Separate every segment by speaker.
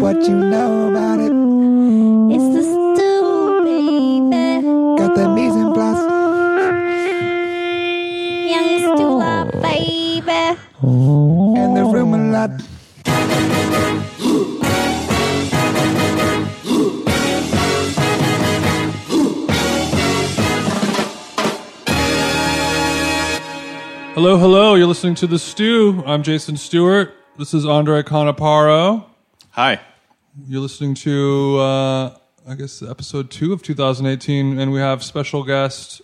Speaker 1: what you know about it.
Speaker 2: It's the stew, baby.
Speaker 1: Got the mise en place.
Speaker 2: Young stew, baby.
Speaker 1: in the room a lot.
Speaker 3: Hello, hello. You're listening to The Stew. I'm Jason Stewart. This is Andre Conaparo.
Speaker 4: Hi.
Speaker 3: You're listening to, uh, I guess, episode two of 2018, and we have special guest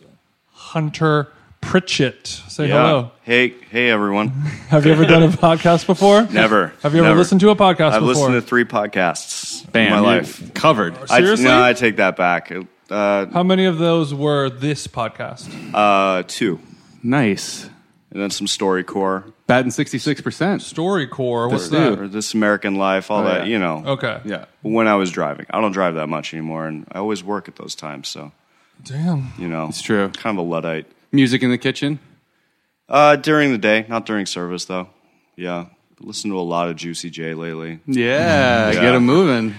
Speaker 3: Hunter Pritchett. Say hello.
Speaker 4: Hey, hey everyone.
Speaker 3: Have you ever done a podcast before?
Speaker 4: Never.
Speaker 3: Have you ever
Speaker 4: Never.
Speaker 3: listened to a podcast
Speaker 4: I've
Speaker 3: before?
Speaker 4: listened to three podcasts
Speaker 5: Bam,
Speaker 4: in my
Speaker 5: you
Speaker 4: life.
Speaker 5: covered.
Speaker 4: I,
Speaker 3: Seriously?
Speaker 4: no, I take that back. Uh,
Speaker 3: How many of those were this podcast?
Speaker 4: uh, two,
Speaker 5: nice.
Speaker 4: and then some StoryCorps,
Speaker 5: Batting sixty six percent.
Speaker 3: StoryCorps. What's
Speaker 5: Stew.
Speaker 3: that? Oh,
Speaker 4: or This American Life, all that.
Speaker 5: yeah.
Speaker 4: You know.
Speaker 3: Okay.
Speaker 5: Yeah.
Speaker 4: When I was driving, I don't drive that much anymore, and I always work at those times. So
Speaker 3: Damn.
Speaker 4: you know, it's
Speaker 5: true.
Speaker 4: Kind of a luddite.
Speaker 5: Music in the kitchen.
Speaker 4: Uh, during the day, not during service though. Yeah, listen to a lot of Juicy J lately.
Speaker 5: Yeah,
Speaker 4: Yeah.
Speaker 5: get them moving.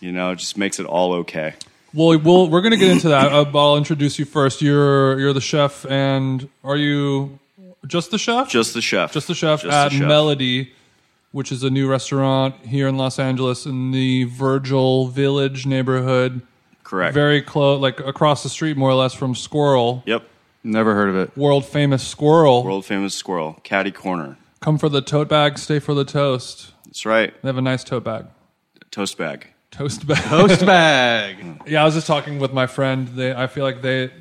Speaker 4: You know, it just makes it all okay.
Speaker 3: Well, we'll we're going to get into that. Uh, but I'll introduce you first. You're you're the chef, and are you just the chef?
Speaker 4: Just the chef.
Speaker 3: Just the Chef
Speaker 4: Just the
Speaker 3: at
Speaker 4: Chef.
Speaker 3: Melody, which is a new restaurant here in Los Angeles in the Virgil Village neighborhood.
Speaker 4: Correct.
Speaker 3: Very close, like across the street, more or less, from Squirrel,
Speaker 4: Yep.
Speaker 5: Never heard of it.
Speaker 3: world famous Squirrel.
Speaker 4: World famous squirrel, Caddy Corner.
Speaker 3: Come for the tote bag, stay for the toast.
Speaker 4: That's right.
Speaker 3: They have a nice tote bag.
Speaker 4: Toast bag.
Speaker 3: Toast bag.
Speaker 5: Post bag.
Speaker 3: yeah, I was just talking with my friend. They, I feel like they,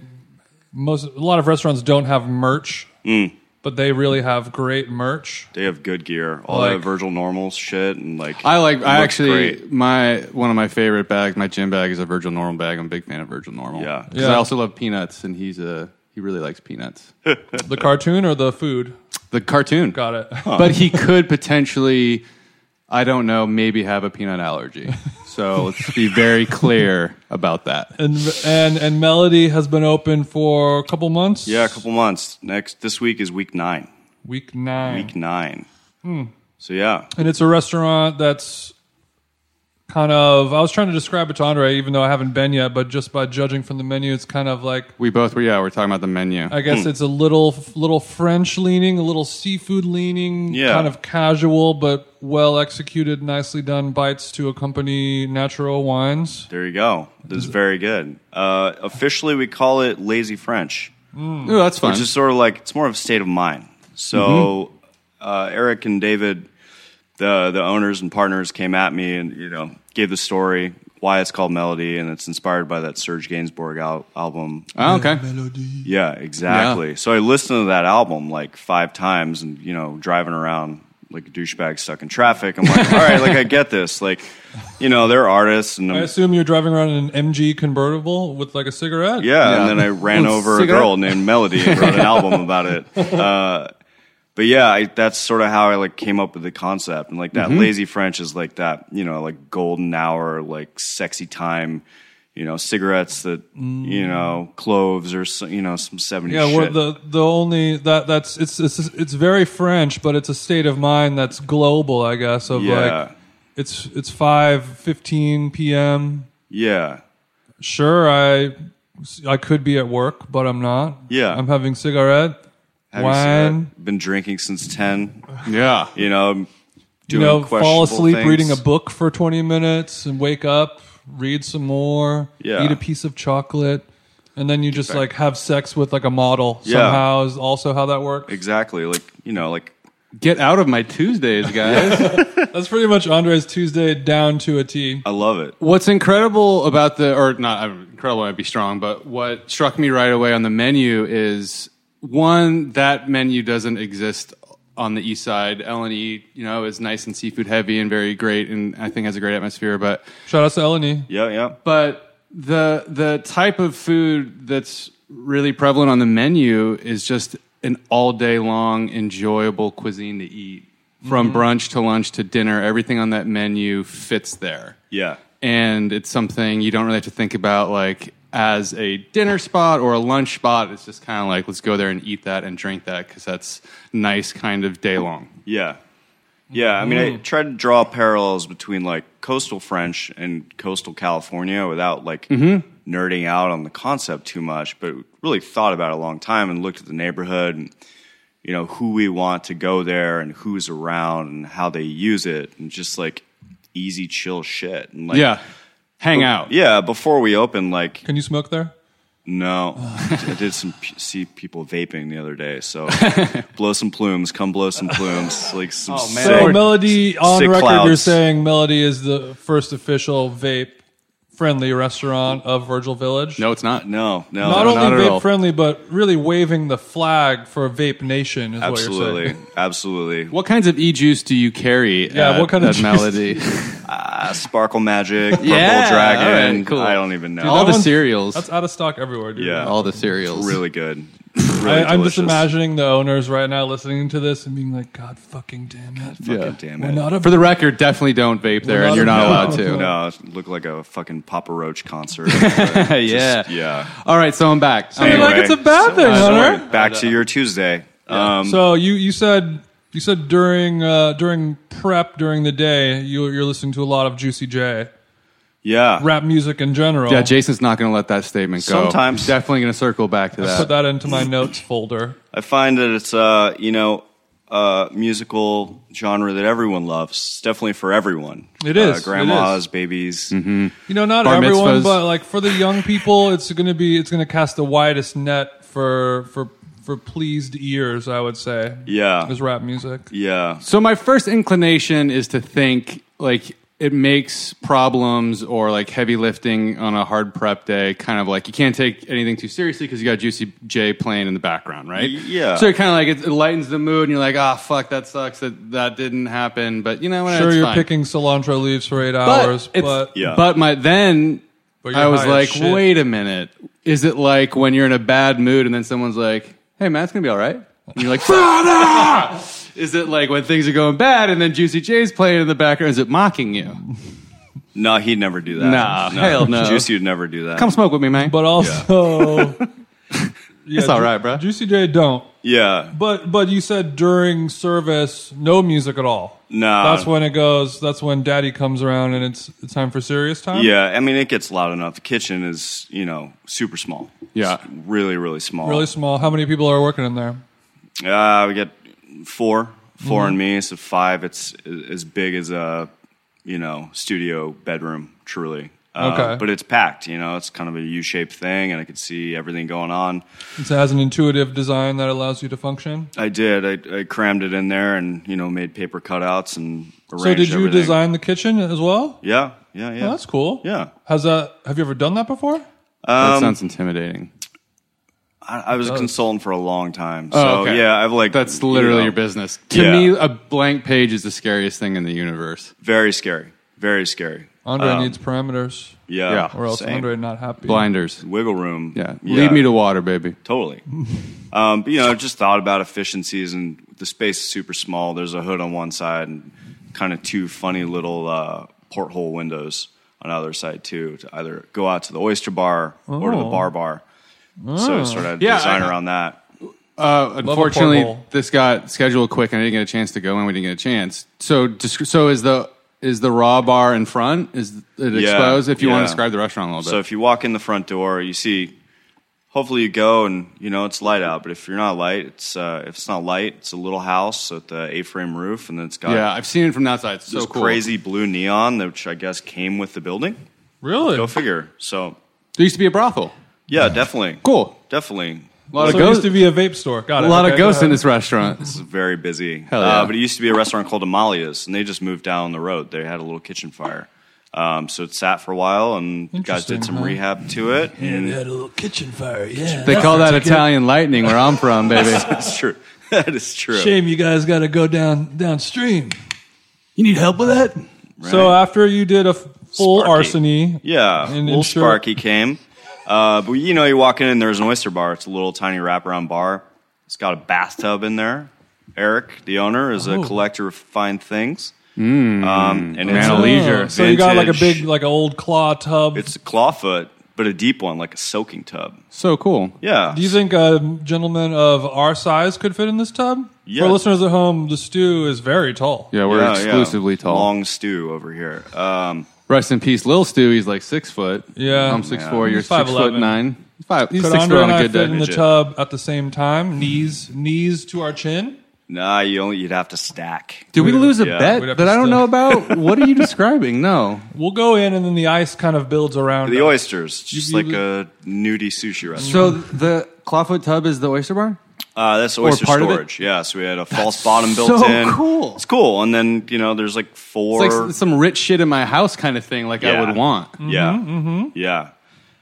Speaker 3: most, a lot of restaurants don't have merch,
Speaker 4: Mm.
Speaker 3: but they really have great merch.
Speaker 4: They have good gear. All
Speaker 3: Like-
Speaker 4: that Virgil Normal shit and like.
Speaker 5: I like.
Speaker 4: it
Speaker 5: I
Speaker 4: looks
Speaker 5: actually
Speaker 4: great.
Speaker 5: my one of my favorite bags. My gym bag is a Virgil Normal bag. I'm a big fan of Virgil Normal.
Speaker 4: Yeah.
Speaker 5: 'Cause
Speaker 3: Yeah.
Speaker 5: I also love peanuts, and he's a he really likes peanuts.
Speaker 3: The cartoon or the food?
Speaker 5: The cartoon.
Speaker 3: Got it.
Speaker 5: But he could potentially, I don't know, maybe have a peanut allergy. So let's be very clear about that.
Speaker 3: and and and Melody has been open for a couple months.
Speaker 4: Yeah, a couple months. Next, this week is week nine.
Speaker 3: week nine,
Speaker 4: Week nine. So yeah,
Speaker 3: and it's a restaurant that's kind of. I was trying to describe it to Andre, even though I haven't been yet, but just by judging from the menu, it's kind of like
Speaker 5: We both were. Yeah, we're talking about the menu.
Speaker 3: I
Speaker 4: Hmm.
Speaker 3: guess it's a little little French leaning, a little seafood leaning,
Speaker 4: Yeah.
Speaker 3: kind of casual but well executed, nicely done bites to accompany natural wines.
Speaker 4: there you go. This is very good. Uh, officially, we call it lazy French,
Speaker 5: Ooh, that's fun.
Speaker 4: which is sort of like it's more of a state of mind. So uh, Eric and David, the the owners and partners, came at me and you know gave the story why it's called Melody and it's inspired by that Serge Gainsbourg al- album
Speaker 5: oh, okay.
Speaker 4: Yeah, exactly.
Speaker 5: Yeah.
Speaker 4: So I listened to that album like five times, and you know, driving around like a douchebag stuck in traffic. I'm like, all right, like I get this. Like, you know, they're artists, and
Speaker 3: I
Speaker 4: I'm,
Speaker 3: assume you're driving around in an MG convertible with like a cigarette.
Speaker 4: yeah,
Speaker 5: Yeah.
Speaker 4: And then I ran
Speaker 5: Oh,
Speaker 4: over a
Speaker 5: cigarette.
Speaker 4: girl named Melody and wrote an album about it. Uh, but yeah, I, that's sort of how I like came up with the concept, and like that lazy French is like that, you know, like golden hour, like sexy time. You know, cigarettes that you know, cloves or so- you know, some 70s
Speaker 3: Yeah, well,
Speaker 4: shit.
Speaker 3: the the only that that's it's it's it's very French, but it's a state of mind that's global, I guess. Of
Speaker 4: Yeah.
Speaker 3: like, it's it's five fifteen p.m.
Speaker 4: yeah.
Speaker 3: Sure, I I could be at work, but I'm not.
Speaker 4: Yeah.
Speaker 3: I'm having cigarette,
Speaker 4: Having
Speaker 3: wine.
Speaker 4: cigarette, Been drinking since ten.
Speaker 5: Yeah.
Speaker 4: You know, doing
Speaker 3: You know, fall
Speaker 4: questionable
Speaker 3: asleep
Speaker 4: things.
Speaker 3: reading a book for twenty minutes, and wake up, read some more,
Speaker 4: Yeah.
Speaker 3: eat a piece of chocolate, and then you just like have sex with like a model. Somehow is also how that works.
Speaker 4: Exactly, like you know, like
Speaker 5: Get out of my Tuesdays, guys.
Speaker 3: That's pretty much Andre's Tuesday down to a T.
Speaker 4: I love it.
Speaker 5: What's incredible about the, or not uh, incredible, might be strong, but what struck me right away on the menu is one, that menu doesn't exist on the east side. L&E, you know, is nice and seafood heavy and very great and I think has a great atmosphere, but
Speaker 3: Shout out to Eleni.
Speaker 4: Yeah, yeah.
Speaker 5: but the the type of food that's really prevalent on the menu is just an all day long enjoyable cuisine to eat from
Speaker 3: Mm-hmm.
Speaker 5: brunch to lunch to dinner everything on that menu fits there
Speaker 4: Yeah,
Speaker 5: and it's something you don't really have to think about like as a dinner spot or a lunch spot it's just kind of like let's go there and eat that and drink that because that's nice kind of day long
Speaker 4: yeah. Yeah, I mean, I
Speaker 3: Mm-hmm.
Speaker 4: tried to draw parallels between like coastal French and coastal California without like
Speaker 3: Mm-hmm.
Speaker 4: nerding out on the concept too much, but really thought about it a long time and looked at the neighborhood and you know who we want to go there and who's around and how they use it and just like easy chill shit and like
Speaker 5: yeah.
Speaker 3: Oh,
Speaker 5: Hang out.
Speaker 4: Oh. yeah before we open like
Speaker 3: Can you smoke there?
Speaker 4: no i did some p- see people vaping the other day so blow some plumes come blow some plumes like some
Speaker 5: Oh, man.
Speaker 4: sick-
Speaker 3: So Melody on
Speaker 4: sick
Speaker 3: record, you're
Speaker 4: clouds.
Speaker 3: saying Melody is the first official vape friendly restaurant of Virgil Village.
Speaker 5: No, it's not.
Speaker 4: no no
Speaker 3: Not
Speaker 4: no,
Speaker 3: only
Speaker 5: not at all.
Speaker 3: vape friendly, but really waving the flag for Vape Nation is what you're
Speaker 4: Absolutely,
Speaker 3: saying.
Speaker 4: absolutely.
Speaker 5: What kinds of e juice do you carry?
Speaker 3: Yeah,
Speaker 5: at
Speaker 3: what kind of
Speaker 5: that
Speaker 3: juice?
Speaker 5: melody?
Speaker 4: Ah, Sparkle Magic, Purple
Speaker 5: Yeah,
Speaker 4: Dragon.
Speaker 5: all right, cool.
Speaker 4: I don't even know.
Speaker 5: all the
Speaker 3: that one-
Speaker 5: cereals.
Speaker 3: That's out of stock everywhere, dude.
Speaker 4: Yeah.
Speaker 5: all the cereals.
Speaker 4: really good.
Speaker 3: I,
Speaker 4: Really
Speaker 3: I'm just
Speaker 4: delicious.
Speaker 3: imagining the owners right now listening to this and being like, God fucking damn it.
Speaker 4: Fucking
Speaker 5: Yeah.
Speaker 4: damn
Speaker 3: We're
Speaker 4: it. Oh,
Speaker 3: not a
Speaker 5: For the record, definitely don't vape there, and you're not allowed to.
Speaker 4: No, it looked like a fucking Papa Roach concert.
Speaker 5: yeah.
Speaker 4: yeah.
Speaker 5: All right, so I'm back.
Speaker 3: I mean,
Speaker 5: Anyway.
Speaker 3: like it's a bad thing, Hunter.
Speaker 4: Sorry, back to your Tuesday. Um,
Speaker 3: So you you said you said during uh, during prep during the day you, you're listening to a lot of Juicy J
Speaker 4: yeah.
Speaker 3: rap music in general.
Speaker 5: yeah, Jason's not going to let that statement go.
Speaker 4: Sometimes.
Speaker 5: definitely going to circle back to
Speaker 3: Put
Speaker 5: that.
Speaker 3: that into my notes folder.
Speaker 4: I find that it's uh, you know uh, musical genre that everyone loves. It's definitely for everyone.
Speaker 3: It is,
Speaker 4: Uh,
Speaker 3: it
Speaker 4: grandmas,
Speaker 3: is.
Speaker 4: babies.
Speaker 5: Mm-hmm.
Speaker 3: You know, not
Speaker 5: Bar
Speaker 3: everyone,
Speaker 5: mitzvahs.
Speaker 3: but like for the young people, it's gonna be it's gonna cast the widest net for for for pleased ears. I would say.
Speaker 4: Yeah.
Speaker 3: is rap music.
Speaker 4: Yeah.
Speaker 5: So my first inclination is to think like it makes problems or like heavy lifting on a hard prep day kind of like you can't take anything too seriously because you got Juicy J playing in the background, right?
Speaker 4: Y- yeah.
Speaker 5: So it kind of like it, it lightens the mood, and you're like, ah, fuck, that sucks that that didn't happen. But you know what?
Speaker 3: Sure,
Speaker 5: it's
Speaker 3: you're
Speaker 5: fine.
Speaker 3: picking cilantro leaves for eight
Speaker 5: But
Speaker 3: hours,
Speaker 5: it's-
Speaker 3: but
Speaker 4: Yeah.
Speaker 5: But my then
Speaker 3: But you're
Speaker 5: I was
Speaker 3: high as
Speaker 5: like,
Speaker 3: shit.
Speaker 5: wait a minute. Is it like when you're in a bad mood and then someone's like, hey man, it's gonna be all right? And you're like, "Brother!" Is it like when things are going bad and then Juicy J's playing in the background? Is it mocking you?
Speaker 4: No, he'd never do that.
Speaker 5: Nah, hell no.
Speaker 4: Juicy would never do that.
Speaker 5: Come smoke with me, man.
Speaker 3: but also. Yeah.
Speaker 5: It's all right, bro.
Speaker 3: Juicy J don't.
Speaker 4: yeah.
Speaker 3: But but you said during service, no music at all.
Speaker 4: Nah.
Speaker 3: that's when it goes. That's when Daddy comes around, and it's it's time for serious time.
Speaker 4: Yeah, I mean it gets loud enough. The kitchen is, you know, super small.
Speaker 5: Yeah.
Speaker 4: It's really, really small.
Speaker 3: really small. How many people are working in there?
Speaker 4: Uh, we get four, 4 and me, so five. It's a- as big as a, you know, studio bedroom. Truly. Uh,
Speaker 3: Okay.
Speaker 4: But it's packed. You know, it's kind of a U-shaped thing, and I could see everything going on.
Speaker 3: It has an intuitive design that allows you to function.
Speaker 4: I did. I, I crammed it in there, and you know, made paper cutouts and arranged.
Speaker 3: So did you
Speaker 4: everything.
Speaker 3: design the kitchen as well?
Speaker 4: Yeah, yeah, yeah.
Speaker 3: Oh, that's cool.
Speaker 4: Yeah.
Speaker 3: Has that? Have you ever done that before?
Speaker 5: that
Speaker 4: Um,
Speaker 5: sounds intimidating.
Speaker 4: I, I was a consultant for a long time. So
Speaker 5: okay.
Speaker 4: yeah, I've like
Speaker 5: That's
Speaker 4: you
Speaker 5: literally
Speaker 4: know,
Speaker 5: your business. To
Speaker 4: Yeah.
Speaker 5: me, a blank page is the scariest thing in the universe.
Speaker 4: Very scary. Very scary.
Speaker 3: Andre
Speaker 5: Um,
Speaker 3: needs parameters,
Speaker 4: Yeah.
Speaker 5: Yeah.
Speaker 3: or else
Speaker 4: same.
Speaker 3: Andre not happy.
Speaker 5: Blinders.
Speaker 4: Wiggle room.
Speaker 5: Yeah. Lead me to water, baby.
Speaker 4: Totally. um, but, you know, just thought about efficiencies and the space is super small. There's a hood on one side and kind of two funny little uh, porthole windows on the other side, too, to either go out to the oyster bar or to the
Speaker 3: Oh.
Speaker 4: bar bar. So, sort of
Speaker 5: Yeah,
Speaker 4: design
Speaker 5: I-
Speaker 4: around that.
Speaker 5: Uh, unfortunately,
Speaker 3: porthole.
Speaker 5: this got scheduled quick, and I didn't get a chance to go, and we didn't get a chance. So, desc- so is the is the raw bar in front? Is it exposed? If you want
Speaker 4: yeah.
Speaker 5: to describe the restaurant a little
Speaker 4: So
Speaker 5: bit,
Speaker 4: if you walk in the front door, you see. Hopefully you go and you know it's light out. But if you're not light, it's uh, if it's not light, it's a little house with the A-frame roof, and then it's got
Speaker 5: yeah, I've seen it from the outside. It's
Speaker 4: this
Speaker 5: so cool.
Speaker 4: crazy blue neon, which I guess came with the building.
Speaker 3: Really?
Speaker 4: Go figure. So
Speaker 5: There used to be a brothel.
Speaker 4: yeah, definitely,
Speaker 5: Cool.
Speaker 4: definitely.
Speaker 5: A lot
Speaker 3: so
Speaker 5: of
Speaker 3: it
Speaker 5: ghosts.
Speaker 3: used to be a vape store. Got it.
Speaker 5: a lot
Speaker 3: Okay,
Speaker 5: of
Speaker 3: go
Speaker 5: ghosts in
Speaker 3: ahead.
Speaker 5: this restaurant.
Speaker 4: This is very busy.
Speaker 5: Hell yeah.
Speaker 4: Uh, but it used to be a restaurant called Amalia's, and they just moved down the road. They had a little kitchen fire. Um, so it sat for a while, and guys
Speaker 3: Interesting,
Speaker 4: did some
Speaker 3: huh?
Speaker 4: rehab to it. And
Speaker 1: little kitchen fire, yeah.
Speaker 5: They call that Italian lightning where I'm from, baby.
Speaker 4: that's true. That is true.
Speaker 3: Shame you guys got to go down downstream.
Speaker 5: you need help with that?
Speaker 3: So after you did a f- full
Speaker 4: Sparky.
Speaker 3: arsony,
Speaker 4: Yeah,
Speaker 3: And
Speaker 4: little
Speaker 3: insure-
Speaker 4: Sparky came. Uh, but you know, you walk in and there's an oyster bar. It's a little tiny wraparound bar. It's got a bathtub in there. Eric, the owner, is
Speaker 3: Oh.
Speaker 4: a collector of fine things. Um, and it's
Speaker 5: Mm. Man of
Speaker 4: a
Speaker 5: leisure.
Speaker 3: uh, So you got like a
Speaker 4: vintage-
Speaker 3: big, like an old claw tub.
Speaker 4: It's a clawfoot, but but a deep one, like a soaking tub.
Speaker 5: So cool.
Speaker 4: Yeah.
Speaker 3: Do you think a gentleman of our size could fit in this tub?
Speaker 4: Yeah.
Speaker 3: For listeners at home, the stew is very tall.
Speaker 5: Yeah, we're
Speaker 4: Yeah, yeah.
Speaker 5: exclusively tall.
Speaker 4: Long stew over here. Um,
Speaker 5: Rest in peace, Lil Stu. He's like six foot.
Speaker 3: Yeah.
Speaker 5: I'm six
Speaker 4: Yeah.
Speaker 5: four. You're
Speaker 3: He's 5'11".
Speaker 5: six foot nine. He's Five. He's
Speaker 3: Could
Speaker 5: six foot
Speaker 3: Andre
Speaker 5: on
Speaker 3: and
Speaker 5: a
Speaker 3: I
Speaker 5: good
Speaker 3: fit in
Speaker 5: day.
Speaker 3: the
Speaker 4: Midget.
Speaker 3: tub at the same time? Knees, knees to our chin.
Speaker 4: nah, you only you'd have to stack.
Speaker 5: Did we lose a
Speaker 4: yeah,
Speaker 5: bet
Speaker 3: we'd have
Speaker 5: that
Speaker 3: to
Speaker 5: I don't
Speaker 3: still-
Speaker 5: know about? what are you describing? No.
Speaker 3: We'll go in, and then the ice kind of builds around.
Speaker 4: The
Speaker 3: us.
Speaker 4: oysters, just
Speaker 3: you-
Speaker 4: like a nudie sushi restaurant.
Speaker 5: So the clawfoot tub is the oyster bar.
Speaker 4: Uh, that's oyster
Speaker 5: part of it?
Speaker 4: storage. Yeah, so we had a false bottom built
Speaker 5: so
Speaker 4: in.
Speaker 5: cool.
Speaker 4: It's cool. And then you know, there's like
Speaker 5: It's
Speaker 4: four.
Speaker 5: like s- some rich shit in my house kind of thing, like I
Speaker 4: Yeah.
Speaker 5: would want.
Speaker 4: yeah,
Speaker 3: Mm-hmm,
Speaker 4: yeah.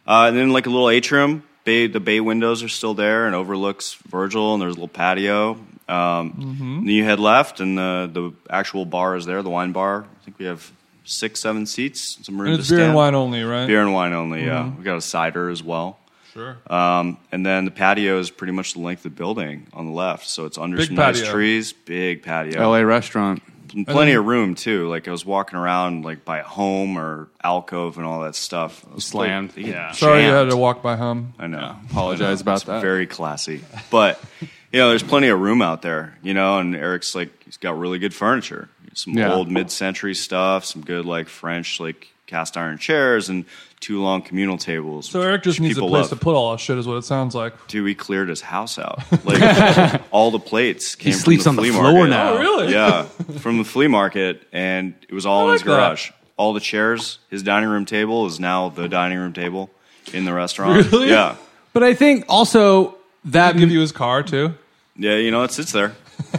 Speaker 4: Uh, and then like a little atrium. Bay, the bay windows are still there and overlooks Virgil. And there's a little patio. Um,
Speaker 3: Mm-hmm.
Speaker 4: and Then you head left, and the the actual bar is there. The wine bar. I think we have six, seven seats. Some room
Speaker 3: and
Speaker 4: to
Speaker 3: it's beer and
Speaker 4: stand.
Speaker 3: wine only, Mm-hmm. right?
Speaker 4: Beer and wine only. Yeah, we got a cider as well.
Speaker 3: Sure.
Speaker 4: Um, and then the patio is pretty much the length of the building on the left, so it's under
Speaker 3: Big
Speaker 4: some nice
Speaker 3: patio.
Speaker 4: trees. Big patio.
Speaker 5: LA restaurant.
Speaker 4: And plenty of room too. Like I was walking around like by home or alcove and all that stuff. I was
Speaker 5: Slammed.
Speaker 4: like,
Speaker 5: Yeah.
Speaker 3: Sorry, you
Speaker 4: jammed.
Speaker 3: had to walk by home.
Speaker 4: I know.
Speaker 5: Apologize about
Speaker 4: It's
Speaker 5: that.
Speaker 4: Very classy. But you know, there's plenty of room out there. You know, and Eric's like he's got really good furniture. Some
Speaker 5: Yeah.
Speaker 4: old mid-century stuff. Some good like French like cast iron chairs and two long communal tables.
Speaker 3: So
Speaker 4: which-
Speaker 3: Eric just
Speaker 4: which
Speaker 3: needs a
Speaker 4: people
Speaker 3: place
Speaker 4: love.
Speaker 3: to put all that shit, is what it sounds like.
Speaker 4: Dude, we cleared his house out. Like all the plates came.
Speaker 5: sleeps
Speaker 4: from
Speaker 5: on
Speaker 4: the
Speaker 5: the
Speaker 4: flea
Speaker 5: floor
Speaker 4: market.
Speaker 5: now. Oh,
Speaker 3: really?
Speaker 4: Yeah, from the flea market, and it was all in his
Speaker 3: like that.
Speaker 4: garage. All the chairs, his dining room table is now the dining room table in the restaurant.
Speaker 3: Really?
Speaker 4: Yeah,
Speaker 5: But I think also that
Speaker 3: Give you his car too.
Speaker 4: yeah. You know, it sits there.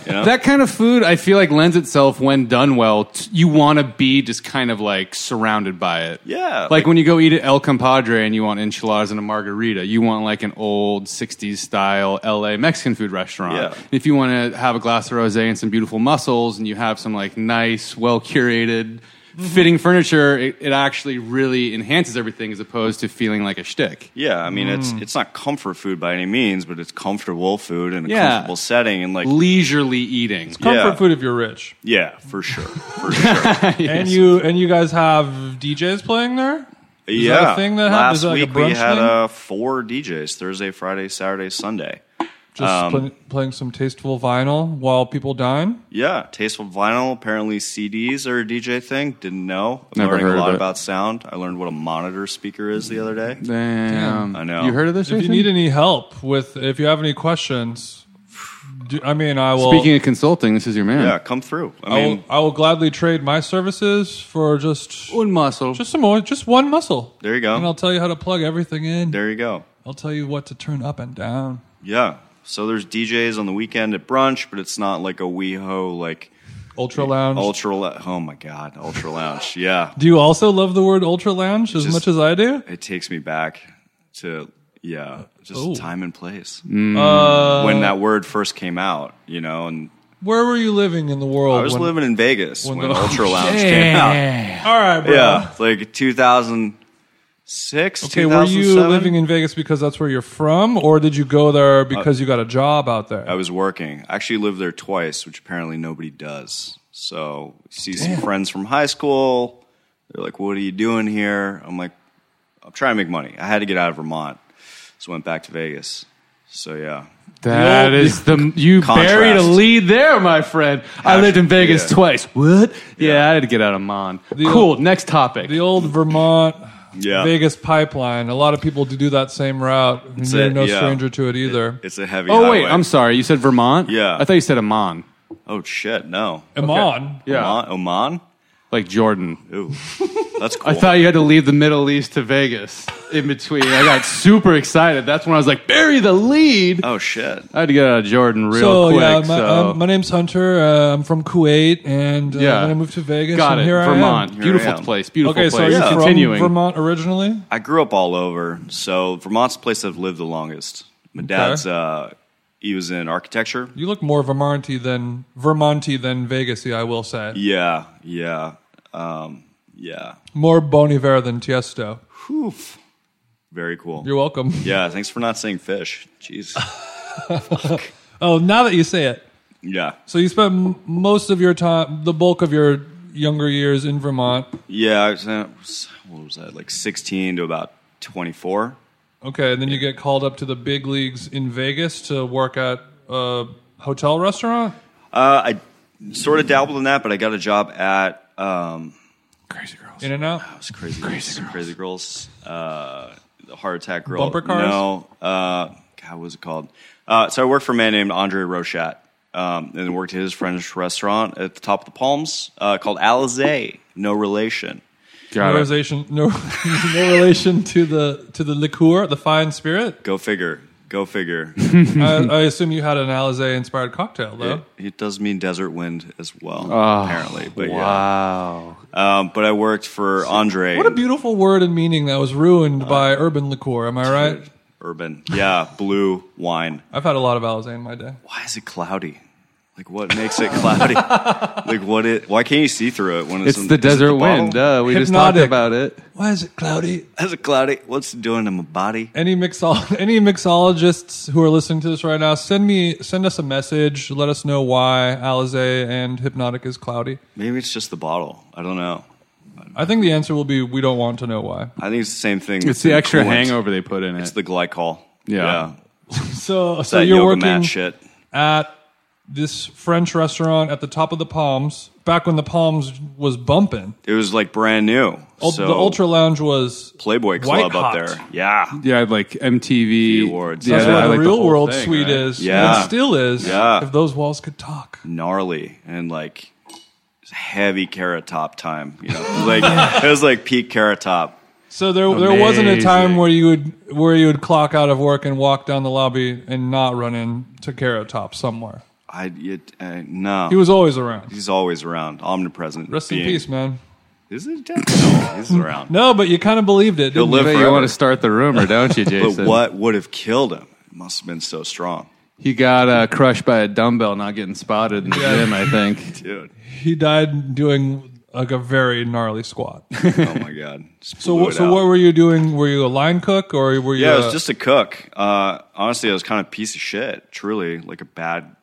Speaker 4: You know?
Speaker 5: that kind of food I feel like lends itself when done well. T- you want to be just kind of like surrounded by it.
Speaker 4: yeah,
Speaker 5: Like when you go eat at El Compadre and you want enchiladas and a margarita, you want like an old 60s style LA Mexican food restaurant.
Speaker 4: Yeah.
Speaker 5: And if you want to have a glass of rosé and some beautiful mussels and you have some like nice, well curated, fitting furniture, it, it actually really enhances everything as opposed to feeling like a shtick.
Speaker 4: yeah. I mean, it's
Speaker 5: mm.
Speaker 4: it's not comfort food by any means, but it's comfortable food in a
Speaker 5: Yeah.
Speaker 4: comfortable setting, and like
Speaker 5: Leisurely eating.
Speaker 3: Comfort
Speaker 4: yeah,
Speaker 3: food if you're rich.
Speaker 4: yeah, for sure, for sure.
Speaker 3: And you and you guys have DJs playing there.
Speaker 4: yeah,
Speaker 3: a thing that
Speaker 4: last
Speaker 3: happened? Is that like a
Speaker 4: week we
Speaker 3: brunch
Speaker 4: had
Speaker 3: thing?
Speaker 4: uh, four DJs: Thursday, Friday, Saturday, Sunday.
Speaker 3: Just
Speaker 4: Um,
Speaker 3: play- playing some tasteful vinyl while people dine.
Speaker 4: Yeah, tasteful vinyl. Apparently, CDs are a DJ thing. Didn't know. I'm
Speaker 5: Never
Speaker 4: learning
Speaker 5: heard
Speaker 4: a
Speaker 5: of
Speaker 4: lot
Speaker 5: it. Hmm.
Speaker 4: about sound. I learned what a monitor speaker is the other day.
Speaker 5: Damn.
Speaker 4: I know.
Speaker 5: You heard of this?
Speaker 3: If you
Speaker 5: Jason?
Speaker 3: need any help with, if you have any questions, do, I mean, I will.
Speaker 5: Speaking of consulting, this is your man.
Speaker 4: Yeah, come through. I
Speaker 3: I
Speaker 4: mean,
Speaker 3: will, I will gladly trade my services for just
Speaker 5: One muscle.
Speaker 3: just some more, just one muscle.
Speaker 4: There you go.
Speaker 3: And I'll tell you how to plug everything in.
Speaker 4: there you go.
Speaker 3: I'll tell you what to turn up and down.
Speaker 4: Yeah. So there's DJs on the weekend at brunch, but it's not like a WeHo like
Speaker 3: Ultra lounge.
Speaker 4: ultra. Lo- oh my god, ultra lounge. Yeah,
Speaker 3: do you also love the word ultra lounge as
Speaker 4: Just-
Speaker 3: much as I do?
Speaker 4: it takes me back to yeah, just
Speaker 3: Oh.
Speaker 4: time and place.
Speaker 5: Mm.
Speaker 4: when that word first came out, you know, and
Speaker 3: Where were you living in the world?
Speaker 4: I was
Speaker 3: when-
Speaker 4: living in Vegas
Speaker 3: when
Speaker 4: when,
Speaker 3: the-
Speaker 4: ultra lounge came out.
Speaker 3: All right, bro.
Speaker 4: Yeah, it's like 2006,
Speaker 3: Okay, were you living in Vegas because that's where you're from, or did you go there because you got a job out there?
Speaker 4: I was working. I actually lived there twice, which apparently nobody does. So see some friends from high school. They're like, "What are you doing here?" I'm like, "I'm trying to make money. I had to get out of Vermont, so went back to Vegas." So yeah,
Speaker 5: That
Speaker 3: old-
Speaker 5: is the you
Speaker 4: Contrast.
Speaker 5: buried a lead there, my friend. I lived in Vegas
Speaker 4: yeah.
Speaker 5: twice. What? Yeah, I had to get out of Mon. cool. Next topic.
Speaker 3: the old Vermont
Speaker 4: yeah,
Speaker 3: Vegas pipeline. A lot of people do do that same route. and
Speaker 4: It's
Speaker 3: You're
Speaker 4: a-
Speaker 3: no
Speaker 4: yeah.
Speaker 3: stranger to it either.
Speaker 4: It's a heavy.
Speaker 5: oh wait,
Speaker 4: highway.
Speaker 5: I'm sorry. You said Vermont.
Speaker 4: Yeah.
Speaker 5: I thought you said Amman.
Speaker 4: Oh shit, no.
Speaker 3: Amon.
Speaker 5: Yeah,
Speaker 4: Oman. Oman?
Speaker 5: like Jordan.
Speaker 4: Ooh, that's cool.
Speaker 5: I thought you had to leave the Middle East to Vegas in between. I got super excited. That's when I was like, bury the lead.
Speaker 4: oh shit.
Speaker 5: I had to get out of Jordan real
Speaker 3: So
Speaker 5: quick.
Speaker 3: yeah, my,
Speaker 5: so
Speaker 3: um, my name's Hunter. Uh, I'm from Kuwait, and uh,
Speaker 5: Yeah.
Speaker 3: then I moved to Vegas.
Speaker 5: got
Speaker 3: and
Speaker 5: it.
Speaker 3: Here I am.
Speaker 5: Vermont,
Speaker 4: Here I
Speaker 5: beautiful
Speaker 4: am.
Speaker 5: place. Beautiful
Speaker 3: Okay, so
Speaker 5: place.
Speaker 3: you're from
Speaker 5: Continuing.
Speaker 3: Vermont originally.
Speaker 4: I grew up all over, so Vermont's the place I've lived the longest. My dad's uh, he was in architecture.
Speaker 3: You look more Vermonty than Vermonty than Vegasy. I will say
Speaker 4: Yeah, yeah, um, yeah.
Speaker 3: more Bon Iver than Tiesto.
Speaker 4: Poof. Very cool.
Speaker 3: You're welcome.
Speaker 4: yeah, thanks for not saying fish. Jeez.
Speaker 3: Oh, now that you say it,
Speaker 4: yeah,
Speaker 3: so you spent m- most of your time, the bulk of your younger years in Vermont.
Speaker 4: uh, yeah. I was, I was- what was that? Like sixteen to about 24.
Speaker 3: Okay, and then you get called up to the big leagues in Vegas to work at a hotel restaurant.
Speaker 4: Uh, I sort of dabbled in that, but I got a job at um,
Speaker 5: Crazy girls.
Speaker 3: In and out.
Speaker 4: it was crazy, crazy girls, crazy girls, uh, the heart attack girl.
Speaker 3: Bumper cars?
Speaker 4: No, uh, God, what was it called? Uh, so I worked for a man named Andre Rochat, um, and worked at his French restaurant at the top of the Palms uh, called Alizé. No relation.
Speaker 5: Got
Speaker 3: No
Speaker 5: it.
Speaker 3: relation, no, no relation to the to the liqueur, the fine spirit.
Speaker 4: Go figure. Go figure.
Speaker 3: I, I assume you had an Alizé inspired cocktail, though.
Speaker 4: it, it does mean desert wind as well,
Speaker 3: Ah,
Speaker 4: apparently. But
Speaker 5: Wow.
Speaker 4: yeah, um, but I worked for Andre.
Speaker 3: What a beautiful word and meaning that was ruined by urban liqueur. Am I right?
Speaker 4: Urban, yeah, blue wine.
Speaker 3: I've had a lot of Alizé in my day.
Speaker 4: why is it cloudy? Like what makes it cloudy? like what it? Why can't you see through it when it's,
Speaker 5: It's
Speaker 4: in-
Speaker 5: the
Speaker 4: is it
Speaker 5: desert wind.
Speaker 4: bottle?
Speaker 5: Duh, we just talked
Speaker 3: Hypnotic.
Speaker 5: about it.
Speaker 3: Why is it cloudy?
Speaker 4: Is it cloudy? What's it doing to my body?
Speaker 3: Any mixol- any mixologists who are listening to this right now, send me send us a message. Let us know why Alizé and Hypnotic is cloudy.
Speaker 4: Maybe it's just the bottle. I don't know.
Speaker 3: I think the answer will be we don't want to know why.
Speaker 4: I think it's the same thing.
Speaker 5: It's the extra
Speaker 4: coolant.
Speaker 5: hangover they put in it.
Speaker 4: It's the glycol.
Speaker 5: Yeah.
Speaker 3: So
Speaker 4: It's
Speaker 3: so
Speaker 4: that
Speaker 3: you're
Speaker 4: yoga
Speaker 3: working
Speaker 4: mat shit.
Speaker 3: at this French restaurant at the top of the Palms back when the Palms was bumping.
Speaker 4: It was like brand new.
Speaker 3: Ul-
Speaker 4: so
Speaker 3: the Ultra Lounge was
Speaker 4: Playboy
Speaker 3: white
Speaker 4: Club
Speaker 3: hot.
Speaker 4: up there. Yeah.
Speaker 5: yeah, like MTV
Speaker 4: awards.
Speaker 5: Yeah,
Speaker 3: That's
Speaker 5: that-
Speaker 3: where the
Speaker 5: like
Speaker 3: real
Speaker 5: whole
Speaker 3: world
Speaker 5: thing,
Speaker 3: suite
Speaker 5: right?
Speaker 3: is.
Speaker 4: Yeah.
Speaker 3: And it still is.
Speaker 4: Yeah.
Speaker 3: If those walls could talk.
Speaker 4: gnarly and like heavy carrot top time. You know, like it was like peak carrot top.
Speaker 3: So there, there wasn't a time
Speaker 5: Amazing.
Speaker 3: where you would where you would clock out of work and walk down the lobby and not run into Carrot Top somewhere.
Speaker 4: I it, uh, no.
Speaker 3: He was always around.
Speaker 4: He's always around, omnipresent.
Speaker 3: Rest in
Speaker 4: being.
Speaker 3: peace, man.
Speaker 4: Is it dead? No, he's around.
Speaker 3: No, but you kind of believed it.
Speaker 4: He'll
Speaker 3: didn't
Speaker 4: live
Speaker 5: But
Speaker 4: forever.
Speaker 5: you want to start the rumor, don't you,
Speaker 4: but
Speaker 5: Jason?
Speaker 4: what would have killed him? It must have been so strong.
Speaker 5: He got uh, crushed by a dumbbell not getting spotted in the
Speaker 3: Yeah.
Speaker 5: gym, I think.
Speaker 4: Dude.
Speaker 3: you? He died doing like a very gnarly squat.
Speaker 4: Oh my God. Just
Speaker 3: So,
Speaker 4: blew
Speaker 3: wh-
Speaker 4: it
Speaker 3: so
Speaker 4: out.
Speaker 3: what were you doing? Were you a line cook or were you?
Speaker 4: Yeah, I
Speaker 3: a-
Speaker 4: was just a cook. Uh, honestly, I was kind of a piece of shit, truly, like a bad,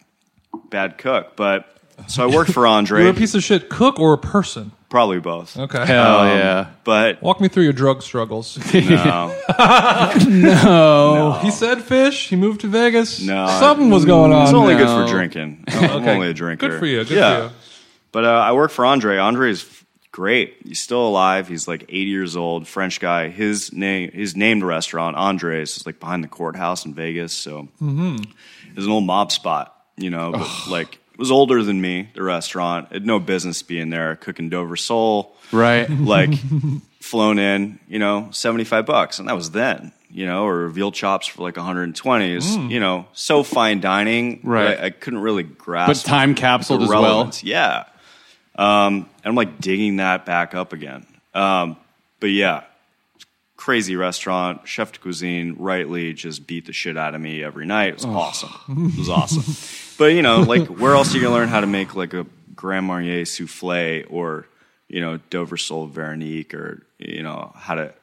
Speaker 4: bad cook. But so I worked
Speaker 3: you
Speaker 4: for
Speaker 3: were
Speaker 4: Andre,
Speaker 3: a piece of shit cook or a person.
Speaker 4: probably both.
Speaker 3: Okay,
Speaker 5: Hell
Speaker 4: Um,
Speaker 5: yeah.
Speaker 4: But
Speaker 3: walk me through your drug struggles.
Speaker 4: no,
Speaker 3: he said fish. He moved to Vegas.
Speaker 4: Oh. No. Mm,
Speaker 3: something was going on.
Speaker 4: it's only good
Speaker 5: No.
Speaker 4: for drinking. I'm
Speaker 3: Okay.
Speaker 4: only a drinker.
Speaker 3: Good for you. Good
Speaker 4: yeah.
Speaker 3: for you.
Speaker 4: But uh, I work for Andre. Andre is f- great. He's still alive. He's like 80 years old, French guy. His name, his named restaurant, Andre's, is like behind the courthouse in Vegas. So
Speaker 5: Mm-hmm.
Speaker 4: it was an old mob spot, you know, but like it was older than me, the restaurant. It had no business being there, cooking Dover sole,
Speaker 5: Right.
Speaker 4: like flown in, you know, 75 bucks. And that was then, you know, or veal chops for like 120 is, you know, so fine dining. but
Speaker 5: Mm. Right.
Speaker 4: I, I couldn't really grasp
Speaker 5: But time capsuled as well.
Speaker 4: relevance. Yeah. Um, and I'm like digging that back up again. Um, but yeah, crazy restaurant, chef de cuisine, rightly just beat the shit out of me every night. It was awesome. It was awesome. but you know, like where else are you gonna learn how to make like a Grand Marnier souffle or you know Dover sole veronique or you know how to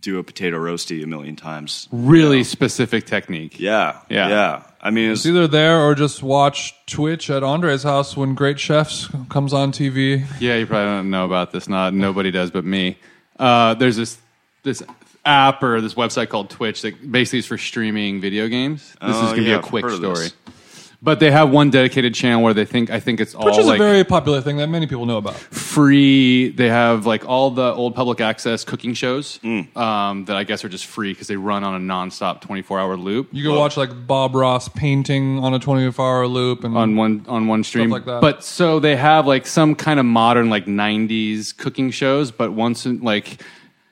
Speaker 4: do a potato roasty a million times?
Speaker 5: Really specific technique.
Speaker 4: Yeah,
Speaker 5: Yeah.
Speaker 4: yeah. I mean, it's
Speaker 3: It's either there or just watch Twitch at Andre's house when Great Chefs comes on TV.
Speaker 5: Yeah, you probably don't know about this. Not nobody does, but me. Uh, there's this this app or this website called Twitch that basically is for streaming video games. This
Speaker 4: Oh,
Speaker 5: is gonna
Speaker 4: yeah,
Speaker 5: be a
Speaker 4: I've
Speaker 5: quick
Speaker 4: heard of this.
Speaker 5: story, but they have one dedicated channel where they think I think it's all
Speaker 3: Which is
Speaker 5: like
Speaker 3: a very popular thing that many people know about.
Speaker 5: free. They have like all the old public access cooking shows
Speaker 4: Hmm.
Speaker 5: um, that I guess are just free because they run on a nonstop 24 hour loop.
Speaker 3: You can watch like Bob Ross painting on a 24 hour loop and
Speaker 5: on one on one stream.
Speaker 3: Mm-hmm. like that.
Speaker 5: But so they have like some kind of modern like '90s cooking shows, but once in, like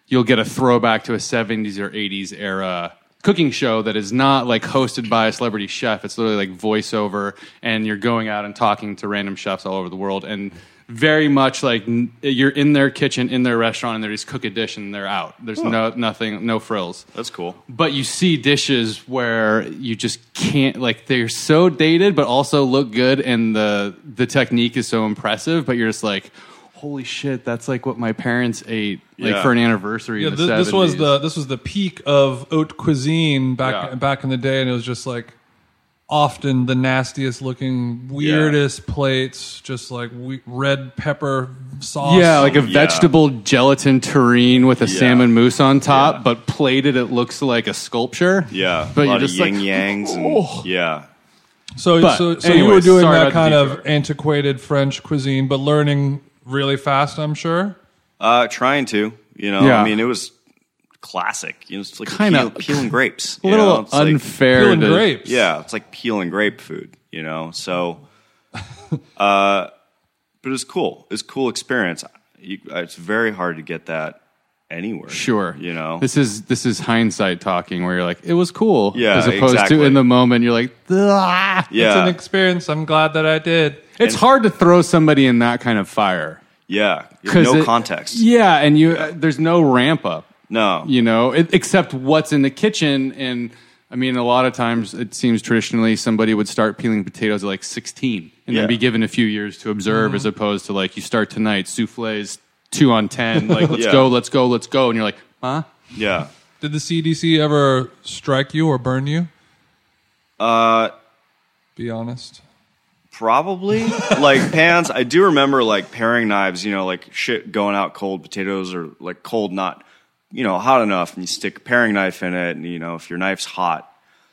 Speaker 5: you'll get a throwback to a '70s or '80s era cooking show that is not like hosted by a celebrity chef. It's literally like voiceover, and you're going out and talking to random chefs all over the world, and very much like n- you're in their kitchen, in their restaurant, and they just cook a dish and they're out. There's no nothing, no frills
Speaker 4: that's cool.
Speaker 5: but you see dishes where you just can't like they're so dated but also look good and the the technique is so impressive but you're just like holy shit that's like what my parents ate like
Speaker 4: Yeah.
Speaker 5: for an anniversary
Speaker 3: yeah,
Speaker 5: in
Speaker 3: thi-
Speaker 5: the
Speaker 3: this was
Speaker 5: 70s.
Speaker 3: the this was the peak of haute cuisine back
Speaker 5: Yeah.
Speaker 3: back in the day, and it was just like often the nastiest looking, weirdest plates, just like we- red pepper sauce.
Speaker 5: Yeah, like a
Speaker 4: Yeah.
Speaker 5: vegetable gelatin terrine with a
Speaker 4: Yeah.
Speaker 5: salmon mousse on top,
Speaker 4: Yeah.
Speaker 5: but plated, it looks like a sculpture.
Speaker 4: Yeah,
Speaker 5: but
Speaker 4: a
Speaker 5: you're
Speaker 4: lot of
Speaker 5: just like,
Speaker 4: yin yangs and
Speaker 5: "Oh."
Speaker 4: yeah,
Speaker 3: so
Speaker 5: But
Speaker 3: so, so you
Speaker 5: anyways,
Speaker 3: were doing
Speaker 5: sorry
Speaker 3: that
Speaker 5: about the
Speaker 3: kind of
Speaker 5: detour.
Speaker 3: antiquated French cuisine, but learning really fast. I'm sure.
Speaker 4: uh, trying to. You know,
Speaker 5: Yeah.
Speaker 4: I mean, it was classic. You know, it's like
Speaker 5: Kinda-
Speaker 4: peel, peeling grapes.
Speaker 5: a
Speaker 4: you
Speaker 5: little
Speaker 4: know? It's like-
Speaker 5: unfair.
Speaker 3: Peeling
Speaker 5: to-
Speaker 3: grapes.
Speaker 4: Yeah, it's like peeling grape food, you know. So, uh, but it's cool. It's a cool experience. You, uh, it's very hard to get that anywhere.
Speaker 5: Sure.
Speaker 4: you know.
Speaker 5: This is this is hindsight talking where you're like, it was cool.
Speaker 4: Yeah,
Speaker 5: As opposed to
Speaker 4: exactly.
Speaker 5: in the moment you're like, "Ah."
Speaker 3: It's
Speaker 4: yeah,
Speaker 3: an experience. I'm glad that I did.
Speaker 5: It's hard to throw somebody in that kind of fire.
Speaker 4: yeah.
Speaker 5: 'Cause
Speaker 4: No
Speaker 5: it-
Speaker 4: context.
Speaker 5: Yeah, and you uh, there's no ramp up.
Speaker 4: No.
Speaker 5: you know, it, except what's in the kitchen. And I mean, a lot of times it seems traditionally somebody would start peeling potatoes at like 16 and
Speaker 4: Yeah.
Speaker 5: then be given a few years to observe as opposed to like you start tonight, souffles two on 10, like let's
Speaker 4: Yeah.
Speaker 5: go, let's go, let's go. And you're like, huh?
Speaker 4: yeah.
Speaker 3: Did the CDC ever strike you or burn you? Uh,
Speaker 5: Uh,
Speaker 3: be honest.
Speaker 4: Probably like pans. I do remember like paring knives. You know, like shit going out cold. Potatoes or like cold, not you know hot enough, and you stick a paring knife in it. And you know, if your knife's hot,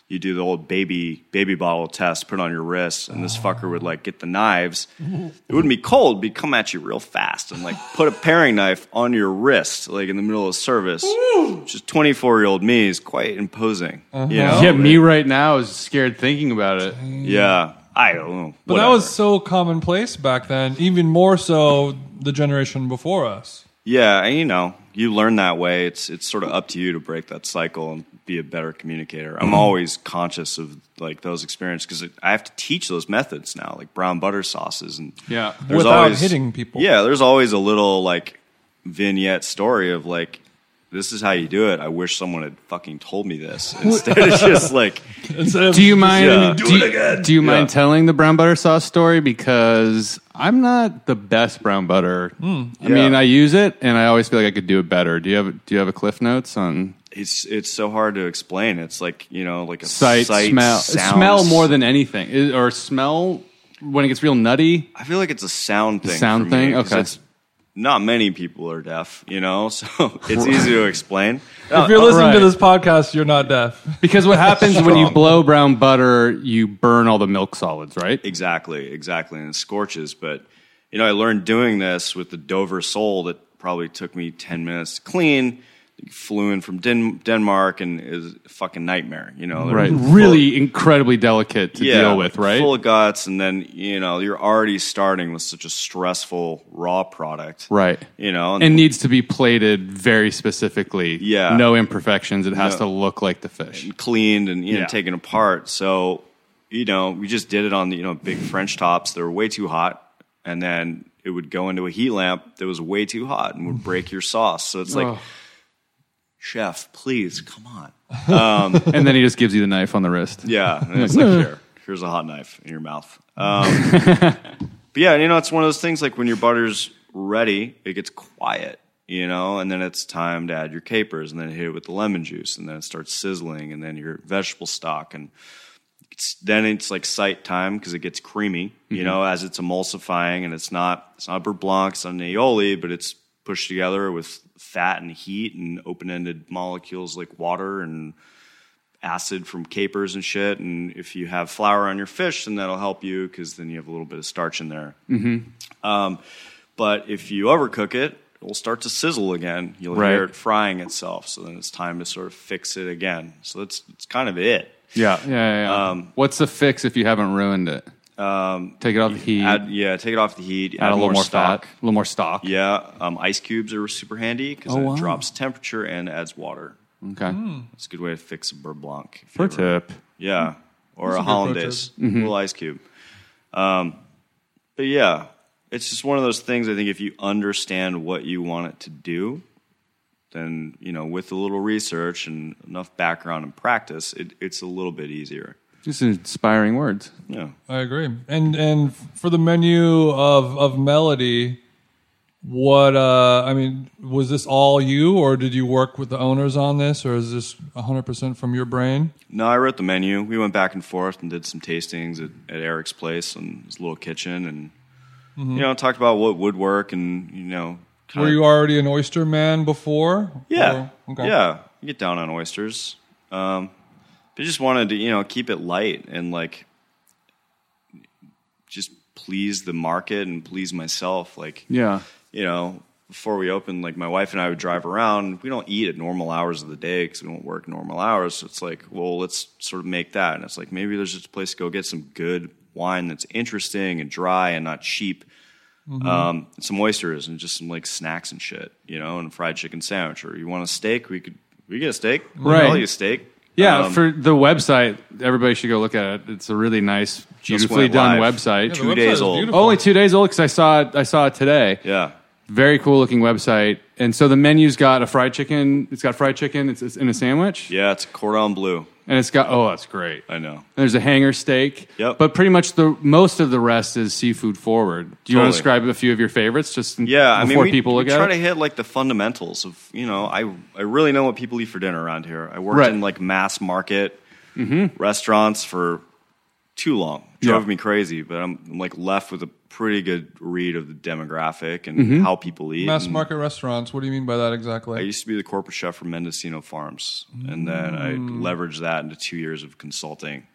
Speaker 4: you do the old baby baby bottle test. Put it on your wrist, and this fucker would like get the knives. It wouldn't be cold, but it'd come at you real fast, and like put a paring knife on your wrist, like in the middle of service. Just twenty four year old me is quite imposing.
Speaker 3: Uh-huh.
Speaker 4: You know,
Speaker 5: yeah, me right now is scared thinking about it.
Speaker 4: yeah. I don't know.
Speaker 3: But that was so commonplace back then, even more so the generation before us.
Speaker 4: Yeah, and you know, you learn that way. It's it's sort of up to you to break that cycle and be a better communicator. I'm always conscious of like those experiences because I have to teach those methods now, like brown butter sauces and
Speaker 5: Yeah.
Speaker 3: Without hitting people.
Speaker 4: Yeah, there's always a little like vignette story of like. This is how you do it. I wish someone had fucking told me this instead of just like,
Speaker 5: Do you mind?
Speaker 4: Yeah.
Speaker 5: Do,
Speaker 4: Do
Speaker 5: you, do you mind
Speaker 4: Yeah.
Speaker 5: telling the brown butter sauce story? Because I'm not the best brown butter. I
Speaker 4: Yeah.
Speaker 5: mean, I use it, and I always feel like I could do it better. Do you have Do you have a cliff notes on
Speaker 4: it's it's so hard to explain. It's like you know, like a
Speaker 5: sight,
Speaker 4: sight,
Speaker 5: smell,
Speaker 4: sound,
Speaker 5: smell more than anything, Is- or smell when it gets real nutty?
Speaker 4: I feel like it's a sound thing.
Speaker 5: sound
Speaker 4: for
Speaker 5: thing?
Speaker 4: Me, 'cause
Speaker 5: Okay.
Speaker 4: It's, not many people are deaf, you know, so it's easy to explain.
Speaker 3: If you're listening to
Speaker 5: right.
Speaker 3: this podcast, you're not deaf.
Speaker 5: Because what happens when you
Speaker 4: Strong.
Speaker 5: blow brown butter, you burn all the milk solids, right?
Speaker 4: Exactly, exactly, and it scorches. But you know, I learned doing this with the Dover sole that probably took me ten minutes to clean. Flew in from Den- Denmark and is a fucking nightmare. You know, They're
Speaker 5: Right,
Speaker 4: full-
Speaker 5: really incredibly delicate to deal with, right?
Speaker 4: Full of guts, and then you know you're already starting with such a stressful raw product,
Speaker 5: Right.
Speaker 4: You know,
Speaker 5: and needs to be plated very specifically.
Speaker 4: Yeah.
Speaker 5: No imperfections. It has
Speaker 4: No.
Speaker 5: to look like the fish.
Speaker 4: cleaned and you know,
Speaker 5: Yeah.
Speaker 4: taken apart. So, you know, we just did it on the, you know, big French tops. They were way too hot. And then it would go into a heat lamp that was way too hot and would break your sauce. So it's like,
Speaker 5: Oh.
Speaker 4: chef, please come on.
Speaker 5: and then he just gives you the knife on the wrist.
Speaker 4: Yeah. And it's like, here, here's a hot knife in your mouth. Um, but yeah, you know, it's one of those things like when your butter's ready, it gets quiet, you know, and then it's time to add your capers and then hit it with the lemon juice and then it starts sizzling and then your vegetable stock and it's, then it's like sight time because it gets creamy, you know, as it's emulsifying and it's not, it's not beurre blanc, it's not an aioli, but it's pushed together with fat and heat and open-ended molecules like water and acid from capers and shit. And if you have flour on your fish, then that'll help you because then you have a little bit of starch in there. Mm-hmm. Um, but if you overcook it, it will start to sizzle again. You'll hear
Speaker 5: Right.
Speaker 4: it frying itself. So then it's time to sort of fix it again. So that's, that's kind of it.
Speaker 5: Yeah. Yeah. yeah, yeah.
Speaker 4: Um,
Speaker 5: What's the fix if you haven't ruined it? Um, Take it off the heat.
Speaker 4: Add,
Speaker 5: Add,
Speaker 4: yeah, take it off the heat.
Speaker 5: a little more,
Speaker 4: stock.
Speaker 5: fat. A little more stock.
Speaker 4: Yeah, um, ice cubes are super handy because
Speaker 5: Oh,
Speaker 4: it
Speaker 5: wow.
Speaker 4: drops temperature and adds water.
Speaker 5: Okay.
Speaker 4: It's a good way to fix a beurre blanc. if you
Speaker 5: Pro
Speaker 4: ever-
Speaker 5: Hmm. tip.
Speaker 4: Yeah, or
Speaker 3: Those
Speaker 4: a
Speaker 3: are good pro
Speaker 4: hollandaise, little ice cube. Um, but yeah, it's just one of those things. I think if you understand what you want it to do, then you know, with a little research and enough background and practice, it, it's a little bit easier.
Speaker 5: Just inspiring words.
Speaker 4: Yeah,
Speaker 3: I agree. And and for the menu of of melody, What uh, I mean, was this all you, or did you work with the owners on this, or is this 100% from your brain?
Speaker 4: No, I wrote the menu. We went back and forth and did some tastings at, at Eric's place and his little kitchen, and
Speaker 3: Mm-hmm.
Speaker 4: you know talked about what would work and you know.
Speaker 3: Were you already an oyster man before?
Speaker 4: Yeah,
Speaker 3: Or- okay.
Speaker 4: yeah. You get down on oysters. Um, they just wanted to you know keep it light and like just please the market and please myself. Like
Speaker 5: Yeah.
Speaker 4: you know, before we opened, like my wife and I would drive around. We don't eat at normal hours of the day because we don't work normal hours. So it's like, well, let's sort of make that. And it's like maybe there's just a place to go get some good wine that's interesting and dry and not cheap.
Speaker 5: Mm-hmm.
Speaker 4: Um, and some oysters and just some like snacks and shit, you know, and a fried chicken sandwich. Or you want a steak? We could we get a steak.
Speaker 5: Right.
Speaker 4: I'll eat a steak.
Speaker 5: Yeah,
Speaker 4: Um,
Speaker 5: for the website, everybody should go look at it. It's a really nice, beautifully
Speaker 4: went
Speaker 5: done
Speaker 4: live.
Speaker 5: website.
Speaker 3: the
Speaker 4: Two
Speaker 3: website
Speaker 4: days
Speaker 3: is
Speaker 4: old. Oh,
Speaker 3: beautiful.
Speaker 5: Only two days old because I saw it. I saw it today.
Speaker 4: yeah.
Speaker 5: Very cool looking website. And so the menu's got a fried chicken. It's got fried chicken. It's, it's in a sandwich.
Speaker 4: Yeah, it's cordon bleu.
Speaker 5: And it's got oh, that's great.
Speaker 4: I know.
Speaker 5: And there's a hanger steak.
Speaker 4: Yep.
Speaker 5: But pretty much the most of the rest is seafood forward. Do you want to
Speaker 4: Totally.
Speaker 5: describe a few of your favorites? Just in-
Speaker 4: Yeah, I mean,
Speaker 5: before
Speaker 4: we,
Speaker 5: people
Speaker 4: we
Speaker 5: look
Speaker 4: try
Speaker 5: at
Speaker 4: to
Speaker 5: it.
Speaker 4: hit like the fundamentals of you know. I I really know what people eat for dinner around here. I worked
Speaker 5: Right. Mm-hmm.
Speaker 4: in like mass market restaurants for too long. Drove
Speaker 5: Yeah.
Speaker 4: me crazy, but I'm, I'm like left with a pretty good read of the demographic and
Speaker 5: Mm-hmm.
Speaker 4: how people eat.
Speaker 3: Mass
Speaker 4: And
Speaker 3: market restaurants. What do you mean by that exactly?
Speaker 4: mm. I used to be the corporate chef for Mendocino Farms, and then I
Speaker 5: Mm.
Speaker 4: leveraged that into two years of consulting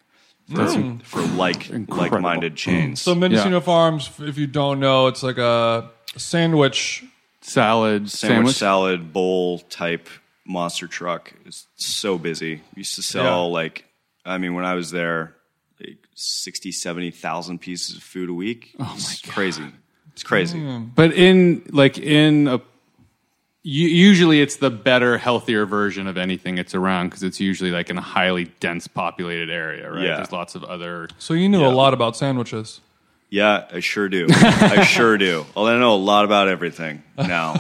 Speaker 4: for, for like like minded chains.
Speaker 3: So Mendocino
Speaker 5: Yeah.
Speaker 3: Farms, if you don't know, it's like a sandwich.
Speaker 5: salad,
Speaker 4: sandwich,
Speaker 5: sandwich,
Speaker 4: salad bowl type monster truck. It's so busy. We used to sell
Speaker 3: Yeah.
Speaker 4: like, I mean, when I was there, like 60, 70,000 pieces of food a week.
Speaker 5: Oh
Speaker 4: it's crazy. It's crazy.
Speaker 5: but in like in a. u- Usually, it's the better, healthier version of anything it's around because it's usually like in a highly dense populated area, right?
Speaker 4: Yeah.
Speaker 5: There's lots of other.
Speaker 3: So you knew a lot about sandwiches.
Speaker 4: Yeah, I sure do. I sure do. Well, I know a lot about everything now.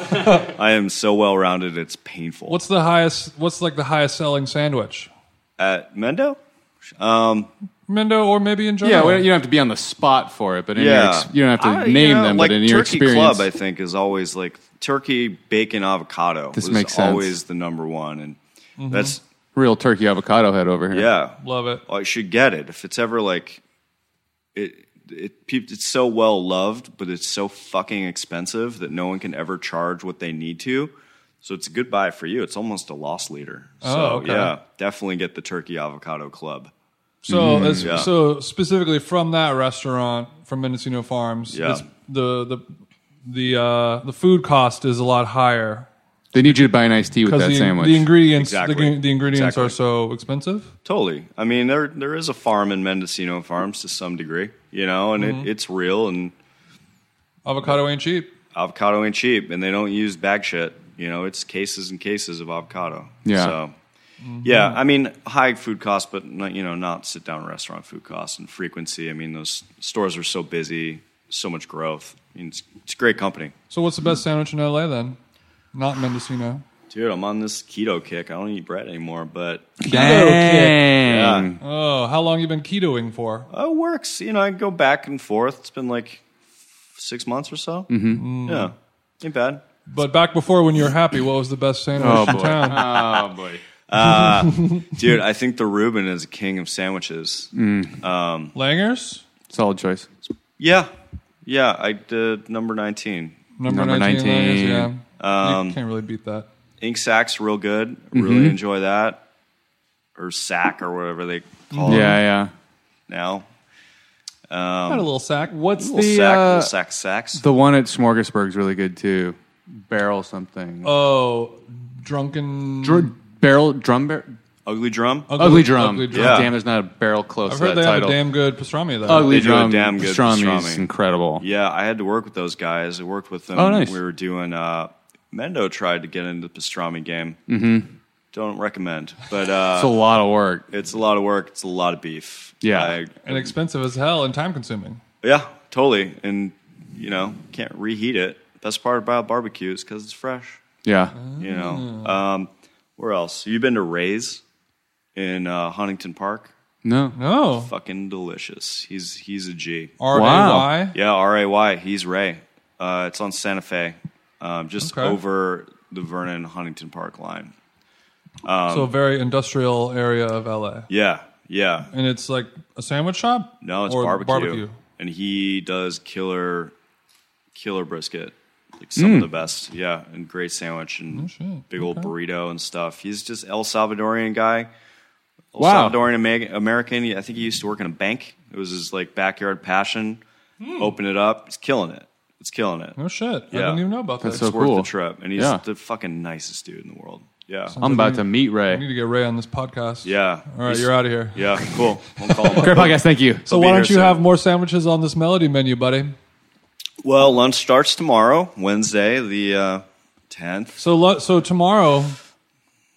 Speaker 4: I am so well rounded. It's painful.
Speaker 3: What's the highest? What's like the highest selling sandwich?
Speaker 4: at Mendo?
Speaker 3: Mendo, or maybe in
Speaker 5: Yeah,
Speaker 3: general.
Speaker 5: well, you don't have to be on the spot for it, but in your
Speaker 4: Yeah.
Speaker 5: ex- you don't have to
Speaker 4: I- you
Speaker 5: name
Speaker 4: know,
Speaker 5: them.
Speaker 4: Like
Speaker 5: but in your
Speaker 4: Turkey
Speaker 5: experience,
Speaker 4: Club, I think, is always like turkey, bacon, avocado.
Speaker 5: This
Speaker 4: was
Speaker 5: makes sense. Mm-hmm.
Speaker 4: Always the number one, and that's
Speaker 5: real turkey avocado head over here.
Speaker 4: yeah.
Speaker 3: love it.
Speaker 4: Well, I should get it if it's ever like it. It peop- it's so well loved, but it's so fucking expensive that no one can ever charge what they need to. So it's a good buy for you. It's almost a loss leader. So
Speaker 3: Oh, okay.
Speaker 4: yeah, definitely get the Turkey Avocado Club.
Speaker 3: So, as,
Speaker 4: yeah.
Speaker 3: so specifically from that restaurant from Mendocino Farms,
Speaker 4: Yeah.
Speaker 3: it's- the the the uh, the food cost is a lot higher
Speaker 5: They need you to buy an iced tea with that
Speaker 3: the,
Speaker 5: sandwich.
Speaker 3: the ingredients
Speaker 4: Exactly.
Speaker 3: the, the ingredients
Speaker 4: Exactly.
Speaker 3: are so expensive.
Speaker 4: Totally. I mean, there there is a farm in Mendocino Farms to some degree, you know, and
Speaker 3: Mm-hmm.
Speaker 4: it, it's real and
Speaker 3: Avocado ain't cheap.
Speaker 4: avocado ain't cheap, and they don't use bag shit. You know, it's cases and cases of avocado.
Speaker 5: Yeah.
Speaker 4: So, yeah, I mean, high food costs, but not, you know, not sit down restaurant food costs and frequency. I mean, those stores are so busy, so much growth. I mean, it's, it's great company,
Speaker 3: So, what's the best sandwich in LA then? Not Mendocino.
Speaker 4: dude. I'm on this keto kick. I don't eat bread anymore, but
Speaker 5: Dang.
Speaker 3: Oh, how long you been ketoing for?
Speaker 4: oh, it works. You know, I go back and forth. It's been like six months or so. Mm-hmm. Yeah, ain't bad.
Speaker 3: But back before when you were happy, what was the best sandwich
Speaker 5: Oh,
Speaker 3: in
Speaker 5: boy.
Speaker 3: town?
Speaker 5: Oh boy.
Speaker 4: Dude, I think the Reuben is a king of sandwiches.
Speaker 3: Langers?
Speaker 5: Solid choice.
Speaker 4: Yeah, yeah, I did number nineteen.
Speaker 3: Number,
Speaker 5: Number Um,
Speaker 3: 19. Langers,
Speaker 5: 19.
Speaker 3: yeah. you can't really beat that.
Speaker 4: Ink Sac's real good.
Speaker 5: Mm-hmm.
Speaker 4: Really enjoy that. Or sack or whatever they call
Speaker 5: Yeah,
Speaker 4: it
Speaker 5: yeah.
Speaker 4: now.
Speaker 5: um,
Speaker 3: Got a little sack.
Speaker 5: What's
Speaker 4: Little
Speaker 5: the
Speaker 4: sack,
Speaker 5: uh,
Speaker 4: little sack sacks.
Speaker 5: the one at Smorgasburg's really good too? Barrel something.
Speaker 3: Oh, drunken.
Speaker 5: Dr- barrel drum bar-
Speaker 4: Ugly drum.
Speaker 5: ugly, drum.
Speaker 3: Ugly
Speaker 4: Yeah.
Speaker 5: Damn, there's not a barrel close
Speaker 3: I've
Speaker 5: to
Speaker 3: heard
Speaker 5: that
Speaker 3: they
Speaker 5: title.
Speaker 3: have a damn good pastrami there.
Speaker 5: ugly
Speaker 4: They do a
Speaker 5: drum.
Speaker 4: damn good
Speaker 5: pastrami,
Speaker 4: pastrami.
Speaker 5: is incredible.
Speaker 4: Yeah, I had to work with those guys. I worked with them.
Speaker 5: Oh, nice.
Speaker 4: We were doing. Uh, Mendo tried to get into the pastrami game.
Speaker 5: Mm-hmm.
Speaker 4: Don't recommend, but uh,
Speaker 5: It's a lot of work.
Speaker 4: it's a lot of work. It's a lot of beef.
Speaker 5: Yeah.
Speaker 4: I-
Speaker 3: And expensive as hell and time consuming.
Speaker 4: Yeah, totally. And you know, can't reheat it. Best part about barbecue is because it's fresh.
Speaker 5: Yeah.
Speaker 3: Uh-huh.
Speaker 4: You
Speaker 3: Hmm.
Speaker 4: know. Um, where else? You've been to Ray's in uh, Huntington Park?
Speaker 5: No.
Speaker 3: No.
Speaker 4: Fucking delicious. He's he's a G.
Speaker 3: R A Y.
Speaker 4: Yeah, R A Y. He's Ray. Uh, it's on Santa Fe. um, just
Speaker 3: Okay.
Speaker 4: over the Vernon Huntington Park line.
Speaker 3: so a
Speaker 5: Um,
Speaker 3: very industrial area of LA.
Speaker 4: Yeah, yeah.
Speaker 3: And it's like a sandwich shop?
Speaker 4: No, it's
Speaker 3: Or
Speaker 4: barbecue. And he does killer, killer brisket. Like some of the best. Yeah. And great sandwich and
Speaker 3: Hmm. shit.
Speaker 4: big old burrito and stuff. He's just El Salvadorian guy. El
Speaker 5: Wow.
Speaker 4: Salvadorian Ama- American. I think he used to work in a bank. It was his like backyard passion.
Speaker 3: Hmm.
Speaker 4: Open it up. He's killing it. It's killing it.
Speaker 3: Oh shit. I
Speaker 4: Yeah.
Speaker 3: didn't even know about that.
Speaker 5: That's
Speaker 4: It's
Speaker 5: So
Speaker 4: worth
Speaker 5: cool.
Speaker 4: the trip. And he's
Speaker 5: Yeah.
Speaker 4: the fucking nicest dude in the world. Yeah.
Speaker 5: I'm about to meet Ray.
Speaker 3: I need to get Ray on this podcast.
Speaker 4: yeah.
Speaker 3: All right,
Speaker 4: He's-
Speaker 3: you're out of here.
Speaker 4: Yeah, cool. I'll call him up.
Speaker 5: Great podcast. Thank you.
Speaker 3: So
Speaker 4: I'll be
Speaker 3: why
Speaker 4: here
Speaker 3: don't you
Speaker 4: soon.
Speaker 3: have more sandwiches on this melody menu, buddy?
Speaker 4: Well, lunch starts tomorrow, Wednesday, the uh, 10th.
Speaker 3: So lu- so tomorrow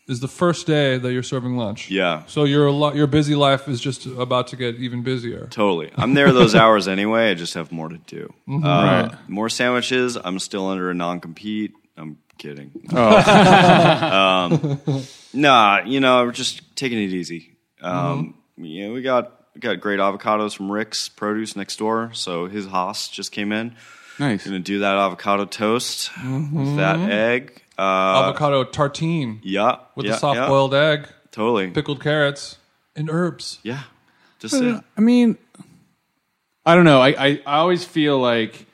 Speaker 3: is the first day that you're serving lunch.
Speaker 4: Yeah.
Speaker 3: So your lo- your busy life is just about to get even busier.
Speaker 4: Totally. I'm there those hours anyway. I just have more to do. Uh,
Speaker 5: Mm-hmm. Right.
Speaker 4: More sandwiches. I'm still under a non compete. I'm kidding.
Speaker 5: Oh.
Speaker 4: um, nah, you know, we're just taking it easy. Um,
Speaker 5: Mm-hmm.
Speaker 4: Yeah, we got we got great avocados from Rick's Produce next door. So his Haas just came in.
Speaker 5: Nice.
Speaker 4: Gonna do that avocado toast
Speaker 5: Mm-hmm.
Speaker 4: with that egg. Uh,
Speaker 3: Avocado tartine
Speaker 4: yeah.
Speaker 3: with
Speaker 4: yeah,
Speaker 3: a soft
Speaker 4: yeah.
Speaker 3: boiled egg,
Speaker 4: Totally.
Speaker 3: pickled carrots, and herbs.
Speaker 4: Yeah. Just it.
Speaker 5: I mean, I don't know. I, I, I always feel like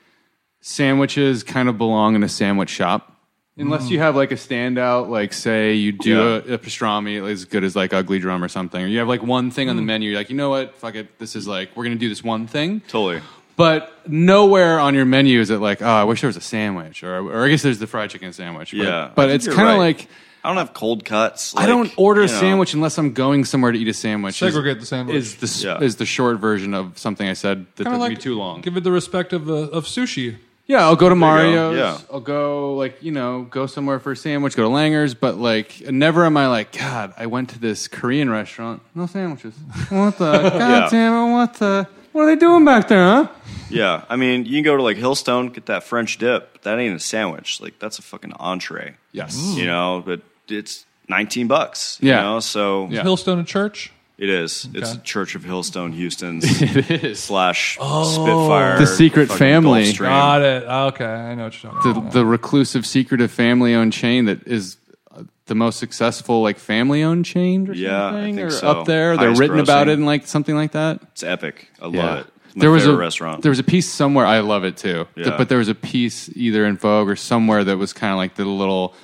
Speaker 5: sandwiches kind of belong in a sandwich shop. Unless you have like a standout, like say you do
Speaker 4: Mm. Yeah.
Speaker 5: a, a pastrami as good as like Ugly Drum or something, or you have like one thing on
Speaker 4: Mm.
Speaker 5: the menu, you're like, you know what, fuck it, this is like, we're gonna do this one thing.
Speaker 4: Totally.
Speaker 5: But nowhere on your menu is it like, oh, I wish there was a sandwich, or, or I guess there's the fried chicken sandwich. But,
Speaker 4: Yeah, I
Speaker 5: But
Speaker 4: think
Speaker 5: it's
Speaker 4: you're
Speaker 5: kind of
Speaker 4: right.
Speaker 5: like,
Speaker 4: I don't have cold cuts.
Speaker 5: I
Speaker 4: like,
Speaker 5: don't order
Speaker 4: you
Speaker 5: a
Speaker 4: know.
Speaker 5: sandwich unless I'm going somewhere to eat a sandwich. is-
Speaker 3: Segregate the sandwich.
Speaker 5: Is the, s-
Speaker 4: Yeah.
Speaker 5: is the short version of something I said that
Speaker 3: Kinda
Speaker 5: took me too long.
Speaker 3: Give it the respect of uh, of sushi.
Speaker 5: Yeah, I'll go to
Speaker 4: you go.
Speaker 5: Mario's.
Speaker 4: Yeah.
Speaker 5: I'll go like you know go somewhere for a sandwich. Go to Langer's, but like never am I like God. I went to this Korean restaurant. No sandwiches. What the God damn it? What the what are they doing back there? Huh?
Speaker 4: Yeah. I mean, you can go to like Hillstone, get that French dip, but that ain't a sandwich. Like, that's a fucking entree,
Speaker 5: Yes.
Speaker 4: you know, but it's 19 bucks, you
Speaker 5: Yeah.
Speaker 4: know? So
Speaker 5: Yeah.
Speaker 3: Hillstone Church.
Speaker 4: it is. It's
Speaker 3: Okay.
Speaker 4: the Church of Hillstone, Houston
Speaker 5: It is Oh,
Speaker 4: slash Spitfire.
Speaker 5: The secret
Speaker 4: fucking
Speaker 5: family.
Speaker 4: Gulfstream.
Speaker 3: Got it. Okay, I know what you're talking
Speaker 5: the,
Speaker 3: about.
Speaker 5: the reclusive, secretive family-owned chain that is uh, the most successful like family-owned chain or
Speaker 4: Yeah, I
Speaker 5: something
Speaker 4: think
Speaker 5: or
Speaker 4: so.
Speaker 5: up there.
Speaker 4: Highest
Speaker 5: They're written about
Speaker 4: grossing.
Speaker 5: it in like something like that.
Speaker 4: It's epic. I love it. It's my
Speaker 5: There was a
Speaker 4: favorite restaurant.
Speaker 5: There was a piece somewhere. I love it too. Th-
Speaker 4: Yeah.
Speaker 5: But there was a piece either in Vogue or somewhere that was kind of like the little.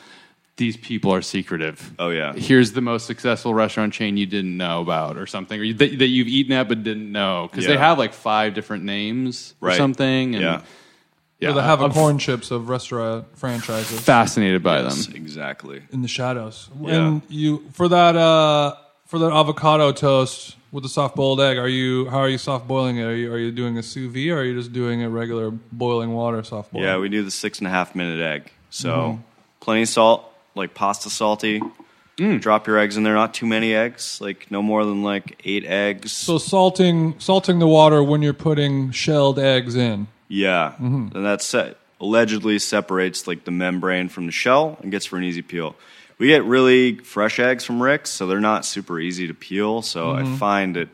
Speaker 5: These people are secretive.
Speaker 4: Oh, yeah.
Speaker 5: Here's the most successful restaurant chain you didn't know about, or something, or you, that, that you've eaten at but didn't know because they
Speaker 4: Yeah.
Speaker 5: have like five different names or
Speaker 4: Right.
Speaker 5: something. And
Speaker 4: yeah.
Speaker 5: yeah,
Speaker 3: Or the have
Speaker 5: I'm
Speaker 3: a corn chips of restaurant franchises
Speaker 5: fascinated by them.
Speaker 4: Exactly.
Speaker 3: in the shadows. And you for that uh, for that avocado toast with the soft boiled egg. Are you how are you soft boiling it? Are you are you doing a sous vide or are you just doing a regular boiling water soft boil?
Speaker 4: Yeah, we do the six and a half minute egg. So
Speaker 5: Mm-hmm.
Speaker 4: plenty of salt, like pasta salty.
Speaker 5: Mm.
Speaker 4: Drop your eggs in there. Not too many eggs, like no more than like eight eggs.
Speaker 3: so salting salting the water when you're putting shelled eggs in.
Speaker 4: yeah,
Speaker 3: Mm-hmm.
Speaker 4: and that's set. Allegedly separates like the membrane from the shell and gets for an easy peel. We get really fresh eggs from Rick's, so they're not super easy to peel. So
Speaker 3: Mm-hmm.
Speaker 4: I find that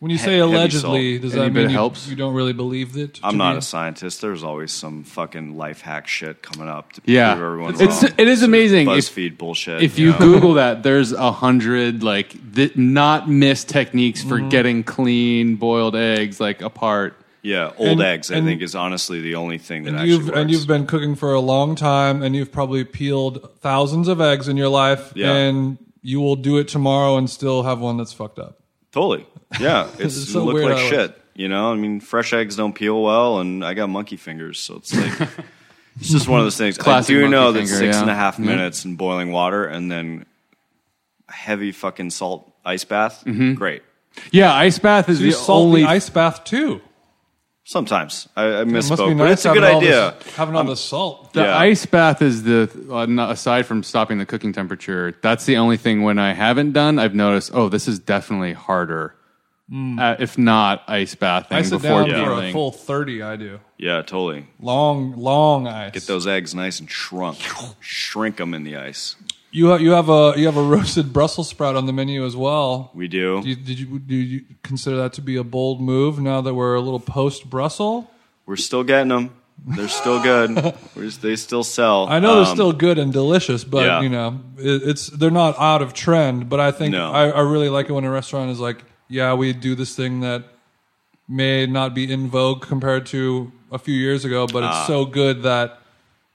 Speaker 3: When you
Speaker 4: He-
Speaker 3: say
Speaker 4: heavy
Speaker 3: allegedly,
Speaker 4: salt.
Speaker 3: does
Speaker 5: Any
Speaker 3: that
Speaker 5: bit
Speaker 3: mean you,
Speaker 5: helps?
Speaker 3: you don't really believe it? to
Speaker 4: I'm not
Speaker 3: be-
Speaker 4: a scientist. There's always some fucking life hack shit coming up to
Speaker 5: Yeah,
Speaker 4: prove everyone
Speaker 5: it's
Speaker 4: wrong.
Speaker 5: it is amazing. If,
Speaker 4: BuzzFeed bullshit.
Speaker 5: if
Speaker 4: you
Speaker 5: you
Speaker 4: know?
Speaker 5: Google that, there's a hundred like th- not missed techniques for
Speaker 3: Mm-hmm.
Speaker 5: getting clean boiled eggs like apart.
Speaker 4: Yeah,
Speaker 3: And-
Speaker 4: old eggs. I
Speaker 3: and-
Speaker 4: think is honestly the only thing that
Speaker 3: And
Speaker 4: actually
Speaker 3: you've
Speaker 4: works.
Speaker 3: and you've been cooking for a long time, and you've probably peeled thousands of eggs in your life,
Speaker 4: Yeah.
Speaker 3: and you will do it tomorrow and still have one that's fucked up.
Speaker 4: totally, yeah,
Speaker 3: It's
Speaker 4: it's, it
Speaker 3: so
Speaker 4: looked
Speaker 3: weird
Speaker 4: like
Speaker 3: how it-
Speaker 4: shit. You know, I mean, fresh eggs don't peel well, and I got monkey fingers, so it's like it's just one of those things.
Speaker 5: Classic
Speaker 4: I do
Speaker 5: monkey
Speaker 4: know that
Speaker 5: finger,
Speaker 4: six and
Speaker 5: yeah.
Speaker 4: a
Speaker 3: Mm-hmm.
Speaker 4: half minutes in boiling water and then a heavy fucking salt ice bath,
Speaker 3: Mm-hmm.
Speaker 4: great.
Speaker 5: Yeah, ice bath is
Speaker 3: You
Speaker 5: the
Speaker 3: salt
Speaker 5: only
Speaker 3: the ice bath too.
Speaker 4: Sometimes I, I
Speaker 3: It must be
Speaker 4: misspoke,
Speaker 3: nice
Speaker 4: but it's a
Speaker 3: having
Speaker 4: good
Speaker 3: all
Speaker 4: idea.
Speaker 3: This, having all the salt.
Speaker 5: the
Speaker 4: yeah.
Speaker 5: ice bath is the uh, not- aside from stopping the cooking temperature. That's the only thing when I haven't done, I've noticed. Oh, this is definitely harder. Uh, if not ice bathing
Speaker 3: I sit
Speaker 5: before
Speaker 3: Mm. down
Speaker 5: peeling.
Speaker 3: for a full thirty. I do
Speaker 4: Yeah, totally.
Speaker 3: long, long ice.
Speaker 4: Get those eggs nice and shrunk, shrink them in the ice.
Speaker 3: You have, you have a you have a roasted Brussels sprout on the menu as well.
Speaker 4: We do.
Speaker 3: Do you, did you do you consider that to be a bold move now that we're a little post Brussels?
Speaker 4: We're still getting them. They're still good. We're just- they still sell.
Speaker 3: I know they're
Speaker 4: Um,
Speaker 3: still good and delicious, but
Speaker 4: yeah.
Speaker 3: you know, it, it's they're not out of trend. But I think
Speaker 4: No.
Speaker 3: I, I really like it when a restaurant is like, yeah, we do this thing that may not be in vogue compared to a few years ago, but
Speaker 4: Ah.
Speaker 3: it's so good that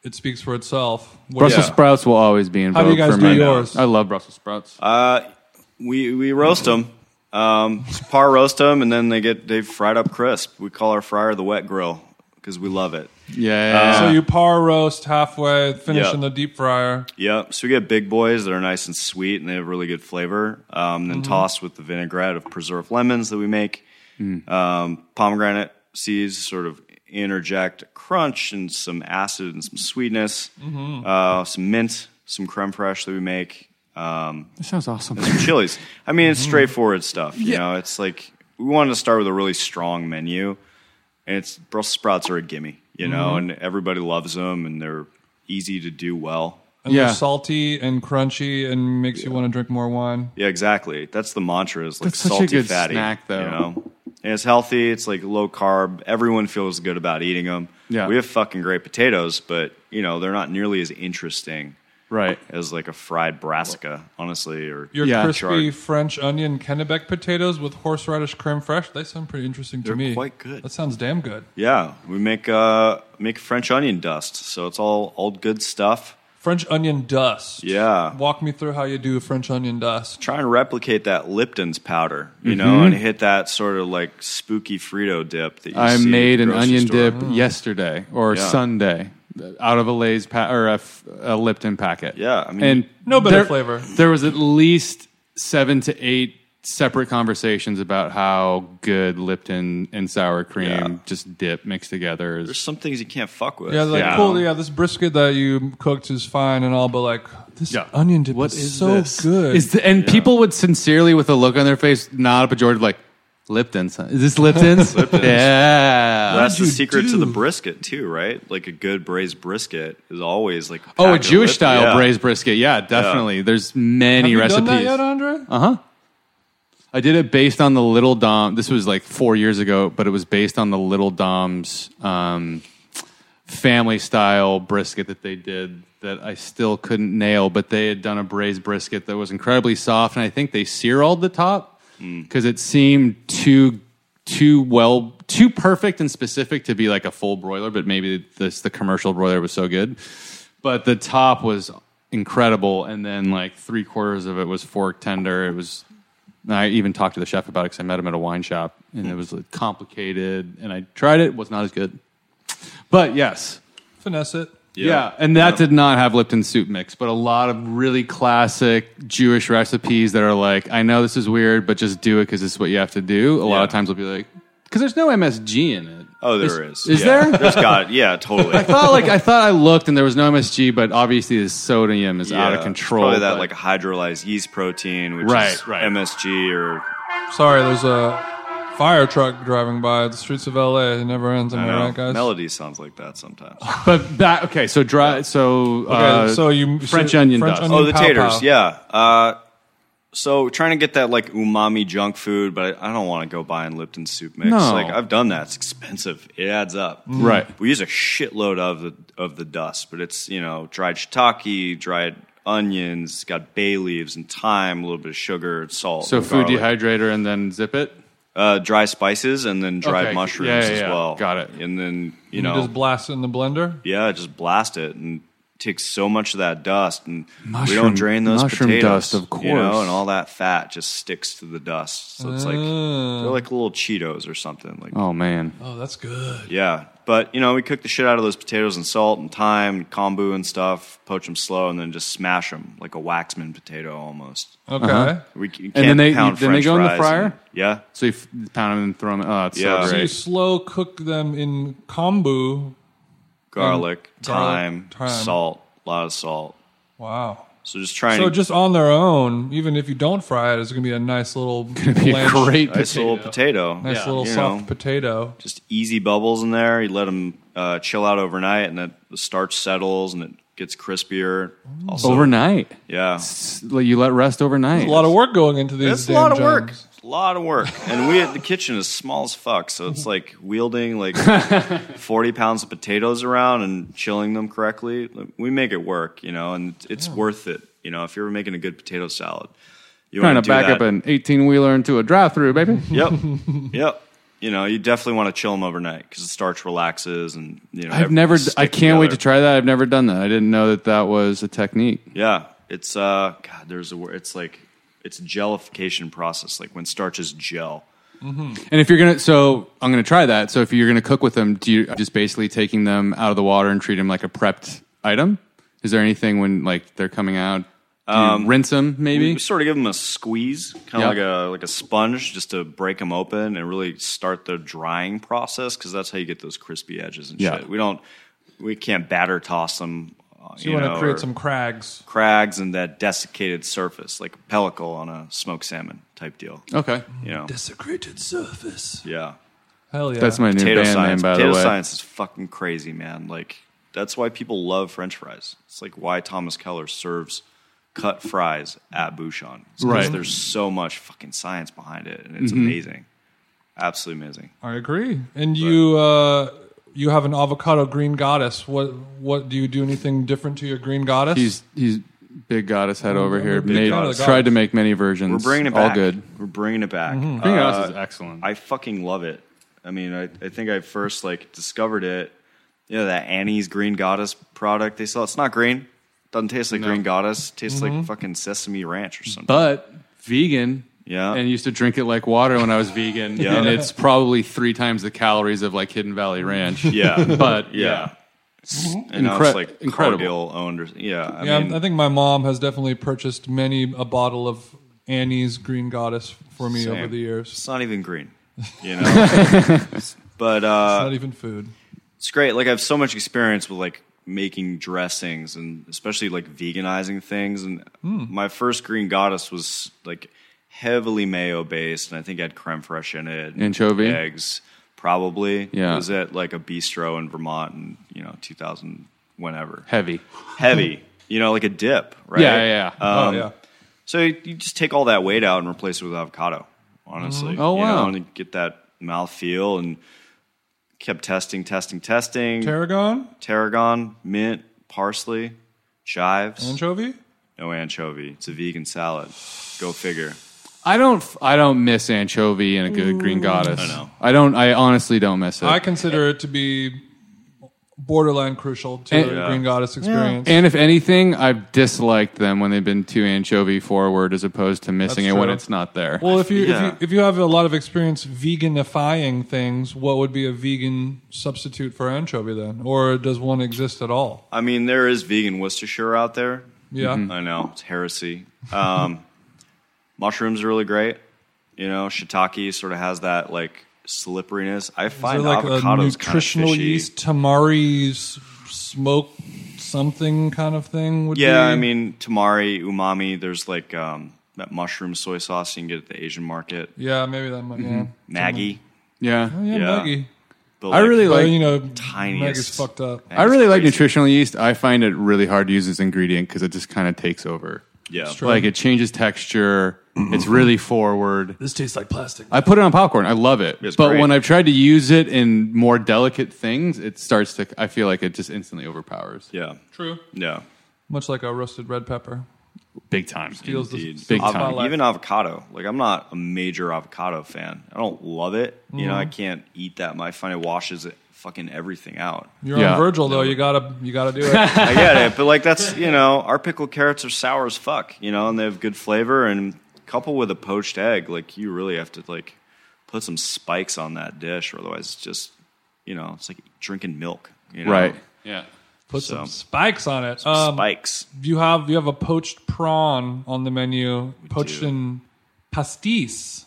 Speaker 3: it speaks for itself. What do you-
Speaker 5: Brussels sprouts will always be in
Speaker 3: How
Speaker 5: vogue
Speaker 3: do you guys
Speaker 5: for
Speaker 3: do
Speaker 5: me.
Speaker 3: yours?
Speaker 5: I love Brussels sprouts.
Speaker 4: Uh, we we roast them. Um, just par roast them, and then they get they fried up crisp. We call our fryer the wet grill because we love it. uh,
Speaker 5: yeah.
Speaker 3: So you par roast halfway, finish
Speaker 4: Yeah.
Speaker 3: in the deep fryer.
Speaker 4: Yep. So we get big boys that are nice and sweet, and they have really good flavor. Um,
Speaker 5: Mm-hmm.
Speaker 4: then tossed with the vinaigrette of preserved lemons that we make.
Speaker 5: Mm.
Speaker 4: Um, pomegranate seeds sort of interject crunch and some acid and some sweetness.
Speaker 5: Mm-hmm.
Speaker 4: Uh, some mint, some creme fraiche that we make. Um,
Speaker 5: That sounds awesome. Mm-hmm.
Speaker 4: chilies. I mean, it's straightforward stuff. You know, it's like we wanted to start with a really strong menu, and it's Brussels sprouts are a gimme. You know,
Speaker 5: Mm-hmm.
Speaker 4: and everybody loves them, and they're easy to do well.
Speaker 3: And
Speaker 5: Yeah.
Speaker 3: they're salty and crunchy and makes you want to drink more wine.
Speaker 4: Yeah, exactly. That's the mantra. Is like
Speaker 5: That's such a
Speaker 4: salty,
Speaker 5: good
Speaker 4: fatty.
Speaker 5: snack, though.
Speaker 4: You know, and it's healthy. It's like low carb. Everyone feels good about eating them.
Speaker 5: Yeah.
Speaker 4: we have fucking great potatoes, but you know they're not nearly as interesting
Speaker 5: right.
Speaker 4: as like a fried brassica, honestly. Or
Speaker 3: Your
Speaker 5: Yeah.
Speaker 3: crispy
Speaker 4: Chard.
Speaker 3: French onion Kennebec potatoes with horseradish creme fraiche, they sound pretty interesting to
Speaker 4: They're
Speaker 3: me.
Speaker 4: quite good.
Speaker 3: That sounds damn good.
Speaker 4: Yeah, we make uh make French onion dust, so it's all all good stuff.
Speaker 3: French onion dust.
Speaker 4: Yeah.
Speaker 3: Walk me through how you do French onion dust.
Speaker 4: Try and replicate that Lipton's powder, you
Speaker 5: Mm-hmm.
Speaker 4: know, and hit that sort of like spooky Frito dip that you
Speaker 5: I
Speaker 4: see
Speaker 5: made
Speaker 4: at
Speaker 5: an
Speaker 4: the grocery
Speaker 5: onion
Speaker 4: store. Oh.
Speaker 5: dip yesterday or
Speaker 4: Yeah.
Speaker 5: Sunday out of a Lay's pa- or a, f- a Lipton packet.
Speaker 4: Yeah, I mean-
Speaker 5: and
Speaker 3: No better
Speaker 5: there-
Speaker 3: flavor.
Speaker 5: There was at least seven to eight separate conversations about how good Lipton and sour cream
Speaker 4: Yeah.
Speaker 5: just dip mixed together is.
Speaker 4: There's some things you can't fuck with.
Speaker 3: Yeah, like
Speaker 5: Yeah.
Speaker 3: cool. Yeah, this brisket that you cooked is fine and all, but like this
Speaker 5: Yeah.
Speaker 3: onion dip is so
Speaker 5: this?
Speaker 3: good.
Speaker 5: Is the, and people would sincerely, with a look on their face, not a pejorative, like Lipton's. huh? Is this Lipton's? Yeah.
Speaker 4: That's the
Speaker 3: you
Speaker 4: secret to
Speaker 3: do?
Speaker 4: the brisket too, right? Like a good braised brisket is always like
Speaker 5: Oh, a
Speaker 4: packet of
Speaker 5: Jewish
Speaker 4: Lip-
Speaker 5: style
Speaker 4: yeah.
Speaker 5: braised brisket. Yeah, definitely. There's many
Speaker 3: Have you
Speaker 5: recipes.
Speaker 3: done that yet, Andre?
Speaker 4: Uh.
Speaker 5: I did it based on the Little Dom. This was like four years ago, but it was based on the Little Dom's um, family style brisket that they did that I still couldn't nail. But they had done a braised brisket that was incredibly soft, and I think they searled the top because it seemed too too well too perfect and specific to be like a full broiler. But maybe this the commercial broiler was so good, but the top was incredible, and then like three quarters of it was fork tender. It was and I even talked to the chef about it because I met him at a wine shop, and it was like, complicated. And I tried it; was not as good. But yes,
Speaker 3: Finesse it.
Speaker 5: yeah, and that did not have Lipton soup mix, but a lot of really classic Jewish recipes that are like, I know this is weird, but just do it because it's what you have to do. A lot of
Speaker 4: Yeah.
Speaker 5: times, I'll be like, because there's no MSG in it.
Speaker 4: Oh, there is.
Speaker 5: Is
Speaker 4: Yeah.
Speaker 5: there?
Speaker 4: There's got yeah, totally.
Speaker 5: I thought like I thought I looked and there was no MSG, but obviously the sodium is out of
Speaker 4: Yeah,
Speaker 5: control.
Speaker 4: Probably that
Speaker 5: but-
Speaker 4: like hydrolyzed yeast protein, which
Speaker 5: Right,
Speaker 4: is
Speaker 5: right.
Speaker 4: MSG or
Speaker 3: Sorry, there's a fire truck driving by the streets of L.A. It never ends. Am
Speaker 4: I
Speaker 3: I,
Speaker 4: don't know,
Speaker 3: right, guys?
Speaker 4: melody sounds like that sometimes. Oh,
Speaker 5: but that okay. So dry. So uh,
Speaker 3: Okay, so you
Speaker 5: French
Speaker 3: so
Speaker 5: onion
Speaker 3: French
Speaker 5: dust.
Speaker 3: onion
Speaker 4: oh, the
Speaker 3: pow
Speaker 4: taters,
Speaker 3: pow.
Speaker 4: yeah. Uh, so trying to get that like umami junk food, but I, I don't want to go buying Lipton soup mix.
Speaker 5: No.
Speaker 4: Like I've done that; it's expensive. It adds up.
Speaker 5: right.
Speaker 4: We use a shitload of the of the dust, but it's you know dried shiitake, dried onions, it's got bay leaves and thyme, a little bit of sugar, salt.
Speaker 5: So
Speaker 4: and
Speaker 5: food
Speaker 4: garlic.
Speaker 5: dehydrator and then zip it.
Speaker 4: uh, dry spices, and then dried
Speaker 5: Okay,
Speaker 4: mushrooms
Speaker 5: yeah, yeah,
Speaker 4: as
Speaker 5: yeah.
Speaker 4: well.
Speaker 5: Got it.
Speaker 4: And then you
Speaker 3: You
Speaker 4: know,
Speaker 3: just blast it in the blender.
Speaker 4: yeah, just blast it and take so much of that dust, and we
Speaker 5: Mushroom-
Speaker 4: don't drain those
Speaker 5: mushroom
Speaker 4: potatoes,
Speaker 5: dust, of
Speaker 4: you know,
Speaker 5: course. Uh.
Speaker 4: and all that fat just sticks to the dust. So it's like they're like little Cheetos or something. Like
Speaker 5: Oh man.
Speaker 3: Oh, that's good.
Speaker 4: yeah, but you know, we cook the shit out of those potatoes in salt and thyme, and kombu and stuff. Poach them slow, and then just smash them like a waxman potato almost.
Speaker 3: Okay.
Speaker 5: Uh-huh.
Speaker 4: We c- you
Speaker 5: then
Speaker 4: can't
Speaker 5: they-
Speaker 4: pound
Speaker 5: then they
Speaker 4: French
Speaker 5: go in the
Speaker 4: fries
Speaker 5: fryer?
Speaker 4: and- yeah,
Speaker 5: So you f- pound them and throw them. Oh, it's
Speaker 4: Yeah.
Speaker 5: so
Speaker 3: So you
Speaker 5: great.
Speaker 3: slow cook them in kombu.
Speaker 5: Um,
Speaker 4: garlic,
Speaker 3: garlic,
Speaker 4: thyme,
Speaker 3: thyme.
Speaker 4: salt, a lot of salt.
Speaker 3: Wow.
Speaker 4: So just trying
Speaker 3: So
Speaker 4: to
Speaker 3: just on their own, even if you don't fry it, it's gonna be a nice little
Speaker 5: Be a
Speaker 3: blanched-
Speaker 5: great
Speaker 4: nice
Speaker 5: potato.
Speaker 4: little potato.
Speaker 3: nice
Speaker 5: Yeah.
Speaker 3: little
Speaker 4: You
Speaker 3: soft
Speaker 4: know.
Speaker 3: potato.
Speaker 4: Just easy bubbles in there. You let them uh, chill out overnight, and then the starch settles and it gets crispier. Also,
Speaker 5: overnight.
Speaker 4: yeah,
Speaker 5: S- You let rest overnight.
Speaker 3: A lot of work going into these.
Speaker 4: it's a
Speaker 3: damn
Speaker 4: lot of work.
Speaker 3: jams.
Speaker 4: It's a lot of work. And we the kitchen is small as fuck, so it's like wielding like forty pounds of potatoes around and chilling them correctly. Like, We make it work, you know, and it's worth it. You know, if you're making a good potato salad, you
Speaker 5: Trying
Speaker 4: wanna
Speaker 5: to
Speaker 4: do
Speaker 5: back
Speaker 4: that.
Speaker 5: up an 18 wheeler into a drive through, baby.
Speaker 4: Yep, yep. You know, you definitely want to chill them overnight because the starch relaxes, and you know.
Speaker 5: I've
Speaker 4: everything
Speaker 5: never,
Speaker 4: stick
Speaker 5: I can't wait to
Speaker 4: together.
Speaker 5: try that. I've never done that. I didn't know that that was a technique.
Speaker 4: Yeah, it's uh, God, there's a word. It's like it's a gelification process, like when starches gel.
Speaker 5: And if you're gonna, so I'm gonna try that. So if you're gonna cook with them, do you just basically taking them out of the water and treat them like a prepped item? Is there anything when like they're coming out? Do you rinse them, maybe.
Speaker 4: Um, We sort of give them a squeeze, kind
Speaker 5: Yeah.
Speaker 4: of like a like a sponge, just to break them open and really start the drying process because that's how you get those crispy edges and
Speaker 5: Yeah.
Speaker 4: shit. We don't, we can't batter toss them. uh,
Speaker 3: you, want
Speaker 4: know,
Speaker 3: to create
Speaker 4: or
Speaker 3: some crags.
Speaker 4: crags and that desiccated surface, like a pellicle on a smoked salmon type deal.
Speaker 5: Okay,
Speaker 4: You know,
Speaker 3: Desecrated surface.
Speaker 4: yeah.
Speaker 3: Hell yeah.
Speaker 5: that's my new
Speaker 4: Potato
Speaker 5: band
Speaker 4: science,
Speaker 5: name, by
Speaker 4: potato
Speaker 5: the way.
Speaker 4: science is fucking crazy, man. Like that's why people love French fries. It's like why Thomas Keller serves cut fries at Bouchon. It's 'cause
Speaker 5: Right. Mm-hmm.
Speaker 4: There's so much fucking science behind it, and it's amazing, absolutely amazing.
Speaker 3: I agree. And you uh, you have an avocado green goddess. What what do you do anything different to your green goddess?
Speaker 5: He's he's big goddess head over here.
Speaker 3: big
Speaker 5: Made,
Speaker 3: goddess.
Speaker 5: tried to make many versions.
Speaker 4: We're bringing it
Speaker 5: all
Speaker 4: back.
Speaker 5: good. Mm-hmm.
Speaker 4: We're bringing it back.
Speaker 5: Big
Speaker 4: Uh,
Speaker 5: goddess is excellent.
Speaker 4: I fucking love it. I mean, I, I think I first like discovered it. You know that Annie's Green Goddess product they sell. It's not green. Doesn't taste like Green Goddess. Tastes
Speaker 5: Mm-hmm.
Speaker 4: like fucking Sesame Ranch or something.
Speaker 5: but vegan.
Speaker 4: Yeah.
Speaker 5: And used to drink it like water when I was vegan.
Speaker 4: Yeah.
Speaker 5: And it's probably three times the calories of like Hidden Valley Ranch.
Speaker 4: yeah,
Speaker 5: But
Speaker 4: Yeah. And now
Speaker 5: Incre-
Speaker 4: it's like
Speaker 5: incredible.
Speaker 4: Cargill owned. Or, yeah. I
Speaker 3: yeah,
Speaker 4: mean,
Speaker 3: I think my mom has definitely purchased many a bottle of Annie's Green Goddess for me
Speaker 4: same.
Speaker 3: over the years.
Speaker 4: It's not even green, you know? but uh,
Speaker 3: Not even food.
Speaker 4: it's great. Like, I have so much experience with like making dressings and especially like veganizing things. And my first Green Goddess was like heavily mayo based. And I think I had creme fraiche in it. and
Speaker 5: Anchovy?
Speaker 4: Eggs, probably.
Speaker 5: Yeah.
Speaker 4: It was at like a bistro in Vermont in, you know, 2000, whenever.
Speaker 5: heavy.
Speaker 4: Heavy. You know, like a dip, right?
Speaker 5: Yeah, yeah, yeah.
Speaker 4: Um,
Speaker 3: oh yeah.
Speaker 4: So you you just take all that weight out and replace it with avocado,
Speaker 3: Mm-hmm.
Speaker 4: honestly.
Speaker 5: Oh,
Speaker 4: you
Speaker 5: wow.
Speaker 4: Know, and you get that mouth feel and kept testing, testing, testing.
Speaker 3: Tarragon,
Speaker 4: Tarragon, mint, parsley, chives.
Speaker 3: anchovy.
Speaker 4: no anchovy. It's a vegan salad. Go figure.
Speaker 5: I don't. f- I don't miss anchovy and a good green goddess. I
Speaker 4: know.
Speaker 5: I don't. I honestly don't miss it.
Speaker 3: I consider it to be borderline crucial to
Speaker 5: And-
Speaker 3: the
Speaker 4: Yeah.
Speaker 3: Green Goddess experience.
Speaker 5: and if anything, I've disliked them when they've been too anchovy forward, as opposed to missing
Speaker 3: That's
Speaker 5: it when
Speaker 3: true.
Speaker 5: it's not there.
Speaker 3: Well, if you,
Speaker 4: Yeah.
Speaker 3: if you if you have a lot of experience veganifying things, what would be a vegan substitute for anchovy then, or does one exist at all?
Speaker 4: I mean, there is vegan Worcestershire out there.
Speaker 3: Yeah,
Speaker 4: I know. It's heresy. Um, mushrooms are really great. You know, shiitake sort of has that like slipperiness. I
Speaker 3: is there
Speaker 4: find
Speaker 3: like a
Speaker 4: avocados kind of
Speaker 3: nutritional
Speaker 4: fishy.
Speaker 3: yeast tamari s- smoke something kind of thing? Would be?
Speaker 4: Yeah,
Speaker 5: Hmm.
Speaker 4: I mean tamari, umami. There's like um, that mushroom soy sauce you can get at the Asian market.
Speaker 3: yeah, maybe that might. Yeah,
Speaker 4: Maggie.
Speaker 5: yeah.
Speaker 3: yeah,
Speaker 4: Mm-hmm. Yeah.
Speaker 3: Maggie.
Speaker 4: But
Speaker 5: I really
Speaker 3: But
Speaker 5: like.
Speaker 3: you know,
Speaker 4: tiniest-
Speaker 3: Maggie's fucked up.
Speaker 4: Maggie's
Speaker 5: I really like
Speaker 4: crazy.
Speaker 5: nutritional yeast. I find it really hard to use as ingredient because it just kind of takes over.
Speaker 4: Yeah,
Speaker 3: true.
Speaker 5: Like it changes texture. it's really forward.
Speaker 3: This tastes like plastic.
Speaker 5: I put it on popcorn. I love it.
Speaker 4: It's
Speaker 5: but
Speaker 4: great.
Speaker 5: when I've tried to use it in more delicate things, it starts to. I feel like it just instantly overpowers.
Speaker 4: yeah,
Speaker 3: True,
Speaker 4: yeah.
Speaker 3: much like a roasted red pepper.
Speaker 5: Big time.
Speaker 3: Feels the
Speaker 4: Indeed.
Speaker 5: Big
Speaker 4: Avo-
Speaker 5: time.
Speaker 3: spotlight.
Speaker 4: Even avocado. Like I'm not a major avocado fan. I don't love it. You know,
Speaker 5: Hmm.
Speaker 4: I can't eat that. much. I find it washes it fucking everything out.
Speaker 3: You're
Speaker 5: Yeah.
Speaker 3: on Virgil though. You gotta you gotta do it.
Speaker 4: I get it, but like that's you know our pickled carrots are sour as fuck. You know, and they have good flavor. And coupled with a poached egg, like you really have to like put some spikes on that dish, or otherwise it's just you know it's like drinking milk. You know?
Speaker 5: Right. Yeah.
Speaker 3: Put
Speaker 4: So.
Speaker 3: some spikes on it. Um,
Speaker 4: spikes.
Speaker 3: you have you have a poached prawn on the menu, poached
Speaker 4: do.
Speaker 3: in pastis.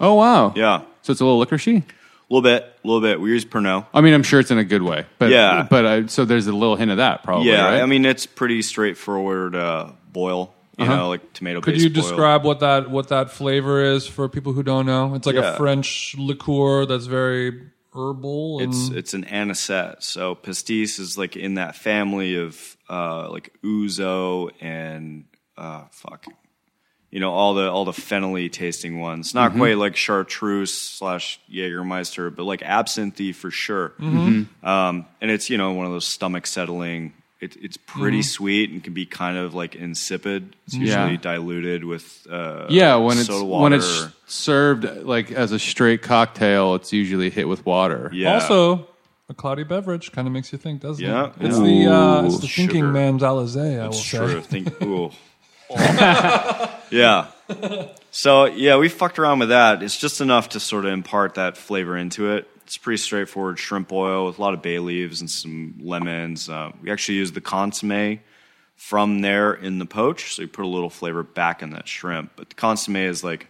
Speaker 5: Oh wow.
Speaker 4: Yeah, a
Speaker 5: So it's a little licoricey.
Speaker 4: little bit, a little bit. We use Pernod.
Speaker 5: I mean, I'm sure it's in a good way. But
Speaker 4: Yeah.
Speaker 5: But I, so there's a little hint of that probably.
Speaker 4: yeah,
Speaker 5: right?
Speaker 4: I mean it's pretty straightforward uh, boil. You know, like tomato.
Speaker 3: Could you describe what that what that flavor is for people who don't know? It's like
Speaker 4: Yeah.
Speaker 3: a French liqueur that's very herbal. And
Speaker 5: Mm-hmm.
Speaker 4: It's it's an anisette. So pastis is like in that family of uh, like ouzo and uh, fuck you know all the all the fennelly tasting ones. Not
Speaker 5: Mm-hmm.
Speaker 4: quite like chartreuse slash Jägermeister, but like absinthe for sure.
Speaker 5: Mm-hmm.
Speaker 4: Um, and it's you know one of those stomach settling. It, it's pretty sweet and can be kind of like insipid. It's usually
Speaker 5: Mm-hmm. Yeah.
Speaker 4: diluted with uh,
Speaker 5: Yeah, when it's
Speaker 4: soda
Speaker 5: when it's
Speaker 4: water.
Speaker 5: served like as a straight cocktail, it's usually hit with water.
Speaker 4: yeah.
Speaker 3: Also, a cloudy beverage kind of makes you think, doesn't
Speaker 4: Yeah.
Speaker 3: it? It's
Speaker 4: Ooh,
Speaker 3: the uh, it's the
Speaker 4: sugar.
Speaker 3: thinking man's Alizé, I will
Speaker 4: It's
Speaker 3: say.
Speaker 4: true. Think, ooh. yeah. So yeah, we fucked around with that. It's just enough to sort of impart that flavor into it. It's pretty straightforward shrimp oil with a lot of bay leaves and some lemons. Uh, we actually used the consomme from there in the poach, so you put a little flavor back in that shrimp. But the consomme is like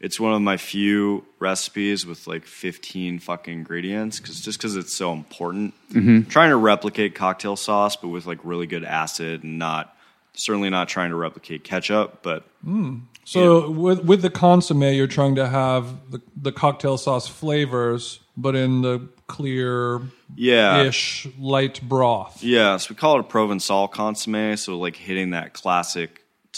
Speaker 4: it's one of my few recipes with like 15 fucking ingredients because just because it's so important trying to replicate cocktail sauce but with like really good acid and not certainly not trying to replicate ketchup but
Speaker 3: So with with the consomme, you're trying to have the, the cocktail sauce flavors, but in the clear
Speaker 4: yeah
Speaker 3: ish light broth.
Speaker 4: yeah so we call it a provençal consomme so like hitting that classic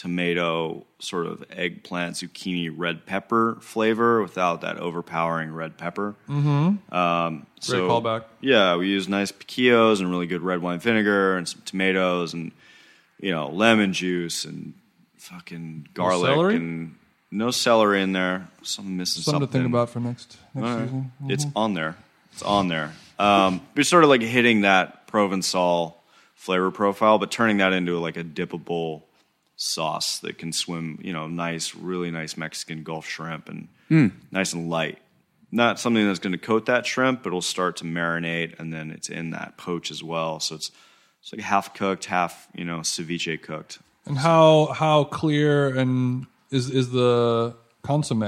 Speaker 4: tomato sort of eggplant zucchini red pepper flavor without that overpowering red pepper mm-hmm. um,
Speaker 3: Great
Speaker 4: so
Speaker 3: callback.
Speaker 4: Yeah, we use nice piquillos and really good red wine vinegar and some tomatoes and you know lemon juice and fucking garlic
Speaker 3: celery?
Speaker 4: and no celery in there. Something missing.
Speaker 3: Something to think about for next next
Speaker 4: All right.
Speaker 3: season.
Speaker 4: It's on there. It's on there. Um, you're sort of like hitting that Provençal flavor profile, but turning that into like a dippable sauce that can swim. You know, nice, really nice Mexican Gulf shrimp and
Speaker 3: Hmm.
Speaker 4: nice and light. Not something that's going to coat that shrimp, but it'll start to marinate, and then it's in that poach as well. So it's it's like half cooked, half you know ceviche cooked.
Speaker 3: And how how clear and is is the consomme?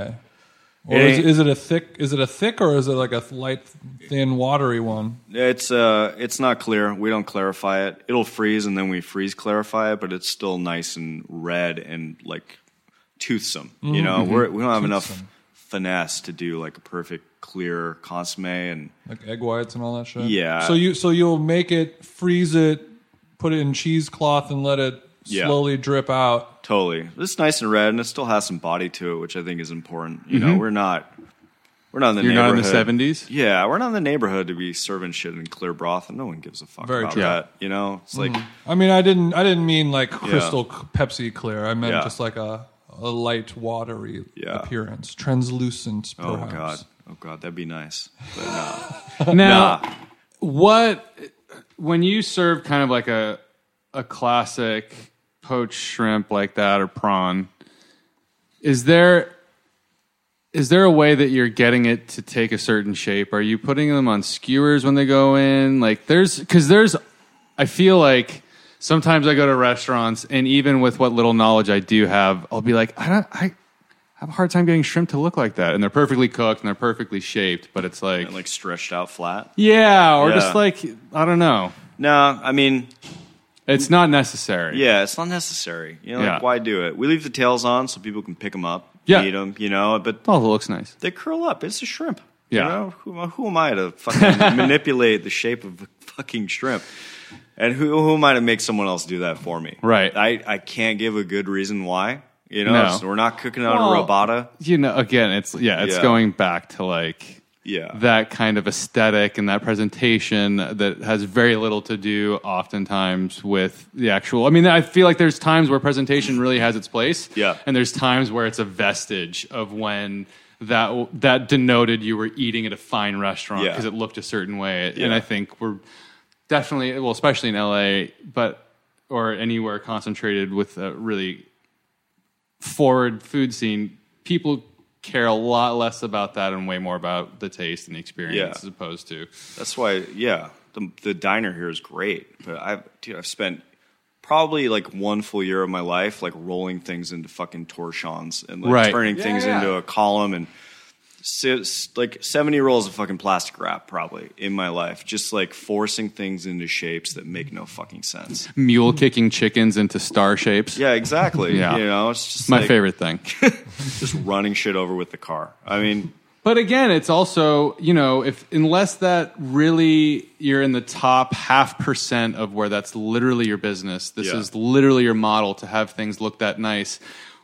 Speaker 3: Or
Speaker 4: It
Speaker 3: is,
Speaker 4: ain't-
Speaker 3: is it a thick? Is it a thick or is it like a th- light, thin, watery one?
Speaker 4: It's uh, it's not clear. We don't clarify it. It'll freeze, and then we freeze clarify it, but it's still nice and red and like toothsome.
Speaker 5: Mm-hmm.
Speaker 4: You know, We're, we don't have enough
Speaker 3: Toothsome.
Speaker 4: finesse to do like a perfect clear consomme. And
Speaker 3: like egg whites and all that shit.
Speaker 4: Yeah.
Speaker 3: So you so you'll make it, freeze it, put it in cheesecloth, and let it
Speaker 4: Yeah.
Speaker 3: slowly drip out.
Speaker 4: totally, it's nice and red, and it still has some body to it, which I think is important. You know, we're not we're not in the
Speaker 5: Mm-hmm. You're not in the
Speaker 4: neighborhood-
Speaker 5: seventies.
Speaker 4: Yeah, we're not in the neighborhood to be serving shit in clear broth, and no one gives a fuck
Speaker 3: Very
Speaker 4: about
Speaker 3: true.
Speaker 4: that. You know, it's
Speaker 5: Mm-hmm.
Speaker 4: like
Speaker 3: I mean, I didn't I didn't mean like crystal c Pepsi clear. I meant
Speaker 4: Yeah.
Speaker 3: just like a a light watery
Speaker 4: Yeah.
Speaker 3: appearance, translucent.
Speaker 4: oh
Speaker 3: Perhaps.
Speaker 4: god, oh god, that'd be nice. Ah, But no.
Speaker 5: Now, what when you serve kind of like a a classic poached shrimp like that or prawn, is there is there a way that you're getting it to take a certain shape? Are you putting them on skewers when they go in? Like there's cuz there's I feel like sometimes I go to restaurants and even with what little knowledge I do have, I'll be like I don't I have a hard time getting shrimp to look like that and they're perfectly cooked and they're perfectly shaped, but it's like
Speaker 4: And, like stretched out flat.
Speaker 5: yeah, or
Speaker 4: Yeah.
Speaker 5: just like I don't know.
Speaker 4: No, I mean,
Speaker 5: It's not necessary.
Speaker 4: yeah, it's not necessary. You know, like,
Speaker 5: Yeah.
Speaker 4: why do it? We leave the tails on so people can pick them up,
Speaker 5: Yeah.
Speaker 4: eat them, you know, but
Speaker 5: Oh, it looks nice.
Speaker 4: they curl up. It's a shrimp.
Speaker 5: Yeah.
Speaker 4: You know, who, who am I to fucking manipulate the shape of a fucking shrimp? And who, who am I to make someone else do that for me?
Speaker 5: Right.
Speaker 4: I, I can't give a good reason why. You know,
Speaker 5: No.
Speaker 4: so we're not cooking on a
Speaker 5: Well-
Speaker 4: robota.
Speaker 5: You know, again, it's yeah, it's
Speaker 4: Yeah.
Speaker 5: going back to like
Speaker 4: Yeah.
Speaker 5: that kind of aesthetic and that presentation that has very little to do oftentimes with the actual I mean, I feel like there's times where presentation really has its place.
Speaker 4: Yeah.
Speaker 5: And there's times where it's a vestige of when that that denoted you were eating at a fine restaurant
Speaker 4: Yeah.
Speaker 5: because it looked a certain way. And
Speaker 4: Yeah.
Speaker 5: I think we're definitely well especially in LA but or anywhere concentrated with a really forward food scene people care a lot less about that and way more about the taste and the experience
Speaker 4: Yeah.
Speaker 5: as opposed to
Speaker 4: That's why, yeah, the, the diner here is great. But I've, dude, I've spent probably like one full year of my life like rolling things into fucking torsions and like
Speaker 5: Right.
Speaker 4: turning
Speaker 5: Yeah,
Speaker 4: things
Speaker 5: yeah.
Speaker 4: into a column and si- like 70 rolls of fucking plastic wrap probably in my life just like forcing things into shapes that make no fucking sense
Speaker 5: mule kicking chickens into star shapes
Speaker 4: yeah exactly
Speaker 5: Yeah.
Speaker 4: you know it's just
Speaker 5: my
Speaker 4: like,
Speaker 5: favorite thing
Speaker 4: just running shit over with the car i mean
Speaker 5: But again, it's also, you know, if unless that really you're in the top half percent of where that's literally your business, this
Speaker 4: Yeah.
Speaker 5: is literally your model to have things look that nice.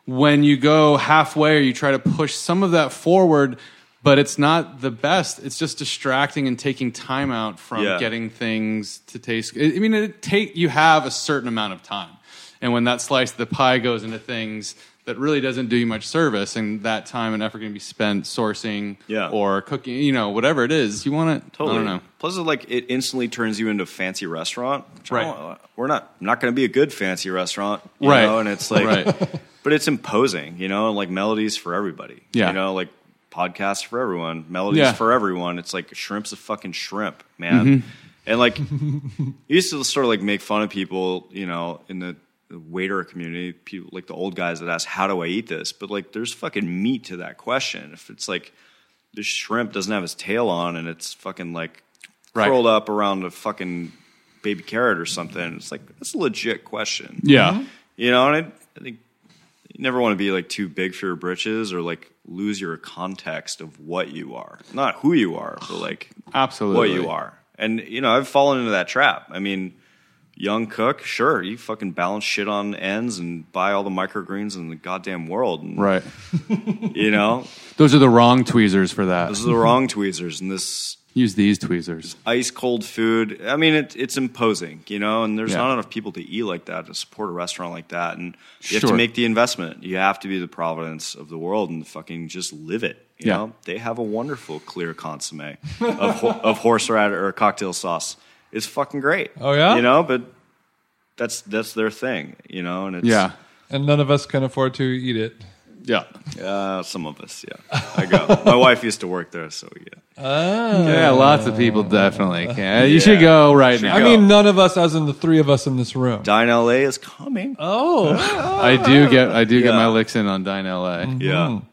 Speaker 5: when you go halfway or you try to push some of that forward, but it's not the best. It's just distracting and taking time out from
Speaker 4: Yeah.
Speaker 5: getting things to taste. I I mean, it take you have a certain amount of time, and when that slice of the pie goes into things that really doesn't do you much service, and that time and effort can be spent sourcing
Speaker 4: Yeah.
Speaker 5: or cooking, you know, whatever it is, you want to.
Speaker 4: Totally.
Speaker 5: I don't know.
Speaker 4: Plus, it, like it instantly turns you into a fancy restaurant. which I
Speaker 5: Right.
Speaker 4: don't- uh, We're not not going to be a good fancy restaurant, you
Speaker 5: Right.
Speaker 4: Know? And it's like,
Speaker 5: Right.
Speaker 4: but it's imposing, you know, and like melodies for everybody.
Speaker 5: Yeah.
Speaker 4: You know, like podcasts for everyone, melodies
Speaker 5: Yeah. Mm-hmm.
Speaker 4: for everyone. It's like shrimp's a fucking shrimp, man. And like, you used to sort of like make fun of people, you know, in the, the waiter community, people like the old guys that ask, "How do I eat this?" But like, there's fucking meat to that question. If it's like the shrimp doesn't have his tail on and it's fucking like
Speaker 5: Right.
Speaker 4: curled up around a fucking baby carrot or something, it's like that's a legit question.
Speaker 5: Yeah.
Speaker 4: You know, and I, I think you never want to be like too big for your britches or like lose your context of what you are. Not who you are, but like
Speaker 5: Absolutely.
Speaker 4: what you are. And you know, I've fallen into that trap. I mean, young cook, sure, you fucking balance shit on ends and buy all the microgreens in the goddamn world. And,
Speaker 5: Right.
Speaker 4: You know,
Speaker 5: Those are the wrong tweezers for that.
Speaker 4: this is the wrong tweezers and this
Speaker 5: Use these tweezers.
Speaker 4: ice cold food. I mean, it, it's imposing, you know, and there's
Speaker 5: Yeah.
Speaker 4: not enough people to eat like that to support a restaurant like that. And you have
Speaker 5: Sure.
Speaker 4: to make the investment. You have to be the providence of the world and fucking just live it. You
Speaker 5: Yeah.
Speaker 4: know, they have a wonderful clear consomme of, ho- of horseradish or cocktail sauce. It's fucking great.
Speaker 3: Oh, yeah?
Speaker 4: you know, but that's that's their thing, you know, and it's
Speaker 5: Yeah.
Speaker 3: and none of us can afford to eat it.
Speaker 5: Yeah.
Speaker 4: uh, some of us, yeah. I go. My wife used to work there, so yeah.
Speaker 5: Yeah, lots of people definitely can. You should go right now.
Speaker 3: I
Speaker 4: go.
Speaker 3: mean, none of us, as in the three of us in this room.
Speaker 4: Dine LA is coming.
Speaker 3: Oh,
Speaker 5: I do get I do get
Speaker 4: Yeah.
Speaker 5: my licks in on Dine LA.
Speaker 4: yeah,
Speaker 5: Mm.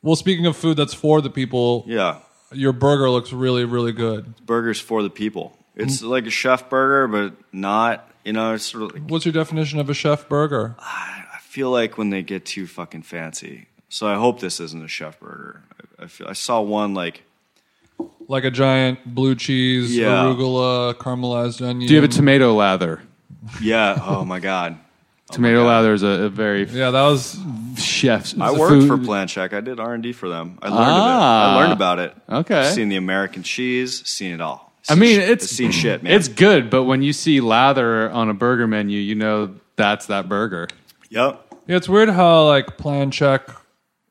Speaker 3: well. Speaking of food that's for the people,
Speaker 4: yeah.
Speaker 3: your burger looks really, really good.
Speaker 4: burgers for the people. It's
Speaker 5: Mm.
Speaker 4: like a chef burger, but not. You know, it's sort of. Like,
Speaker 3: What's your definition of a chef burger?
Speaker 4: I feel like when they get too fucking fancy. So I hope this isn't a chef burger. I, I, feel, I saw one like
Speaker 3: Like a giant blue cheese,
Speaker 4: Yeah.
Speaker 3: arugula, caramelized onion.
Speaker 5: Do you have a tomato lather?
Speaker 4: yeah. Oh my god.
Speaker 5: tomato lather is a, a very
Speaker 3: Yeah, that was.
Speaker 5: chef's.
Speaker 4: I
Speaker 5: it's a
Speaker 4: worked
Speaker 5: food-
Speaker 4: for Plan Check. I did R and D for them. I learned of it.
Speaker 5: Ah.
Speaker 4: I learned about it.
Speaker 5: Okay.
Speaker 4: Seen the American cheese. Seen it all.
Speaker 5: I mean,
Speaker 4: Seen sh-
Speaker 5: it's
Speaker 4: seen shit, man.
Speaker 5: It's good, but when you see lather on a burger menu, you know that's that burger.
Speaker 4: yep.
Speaker 3: Yeah, it's weird how like plan check,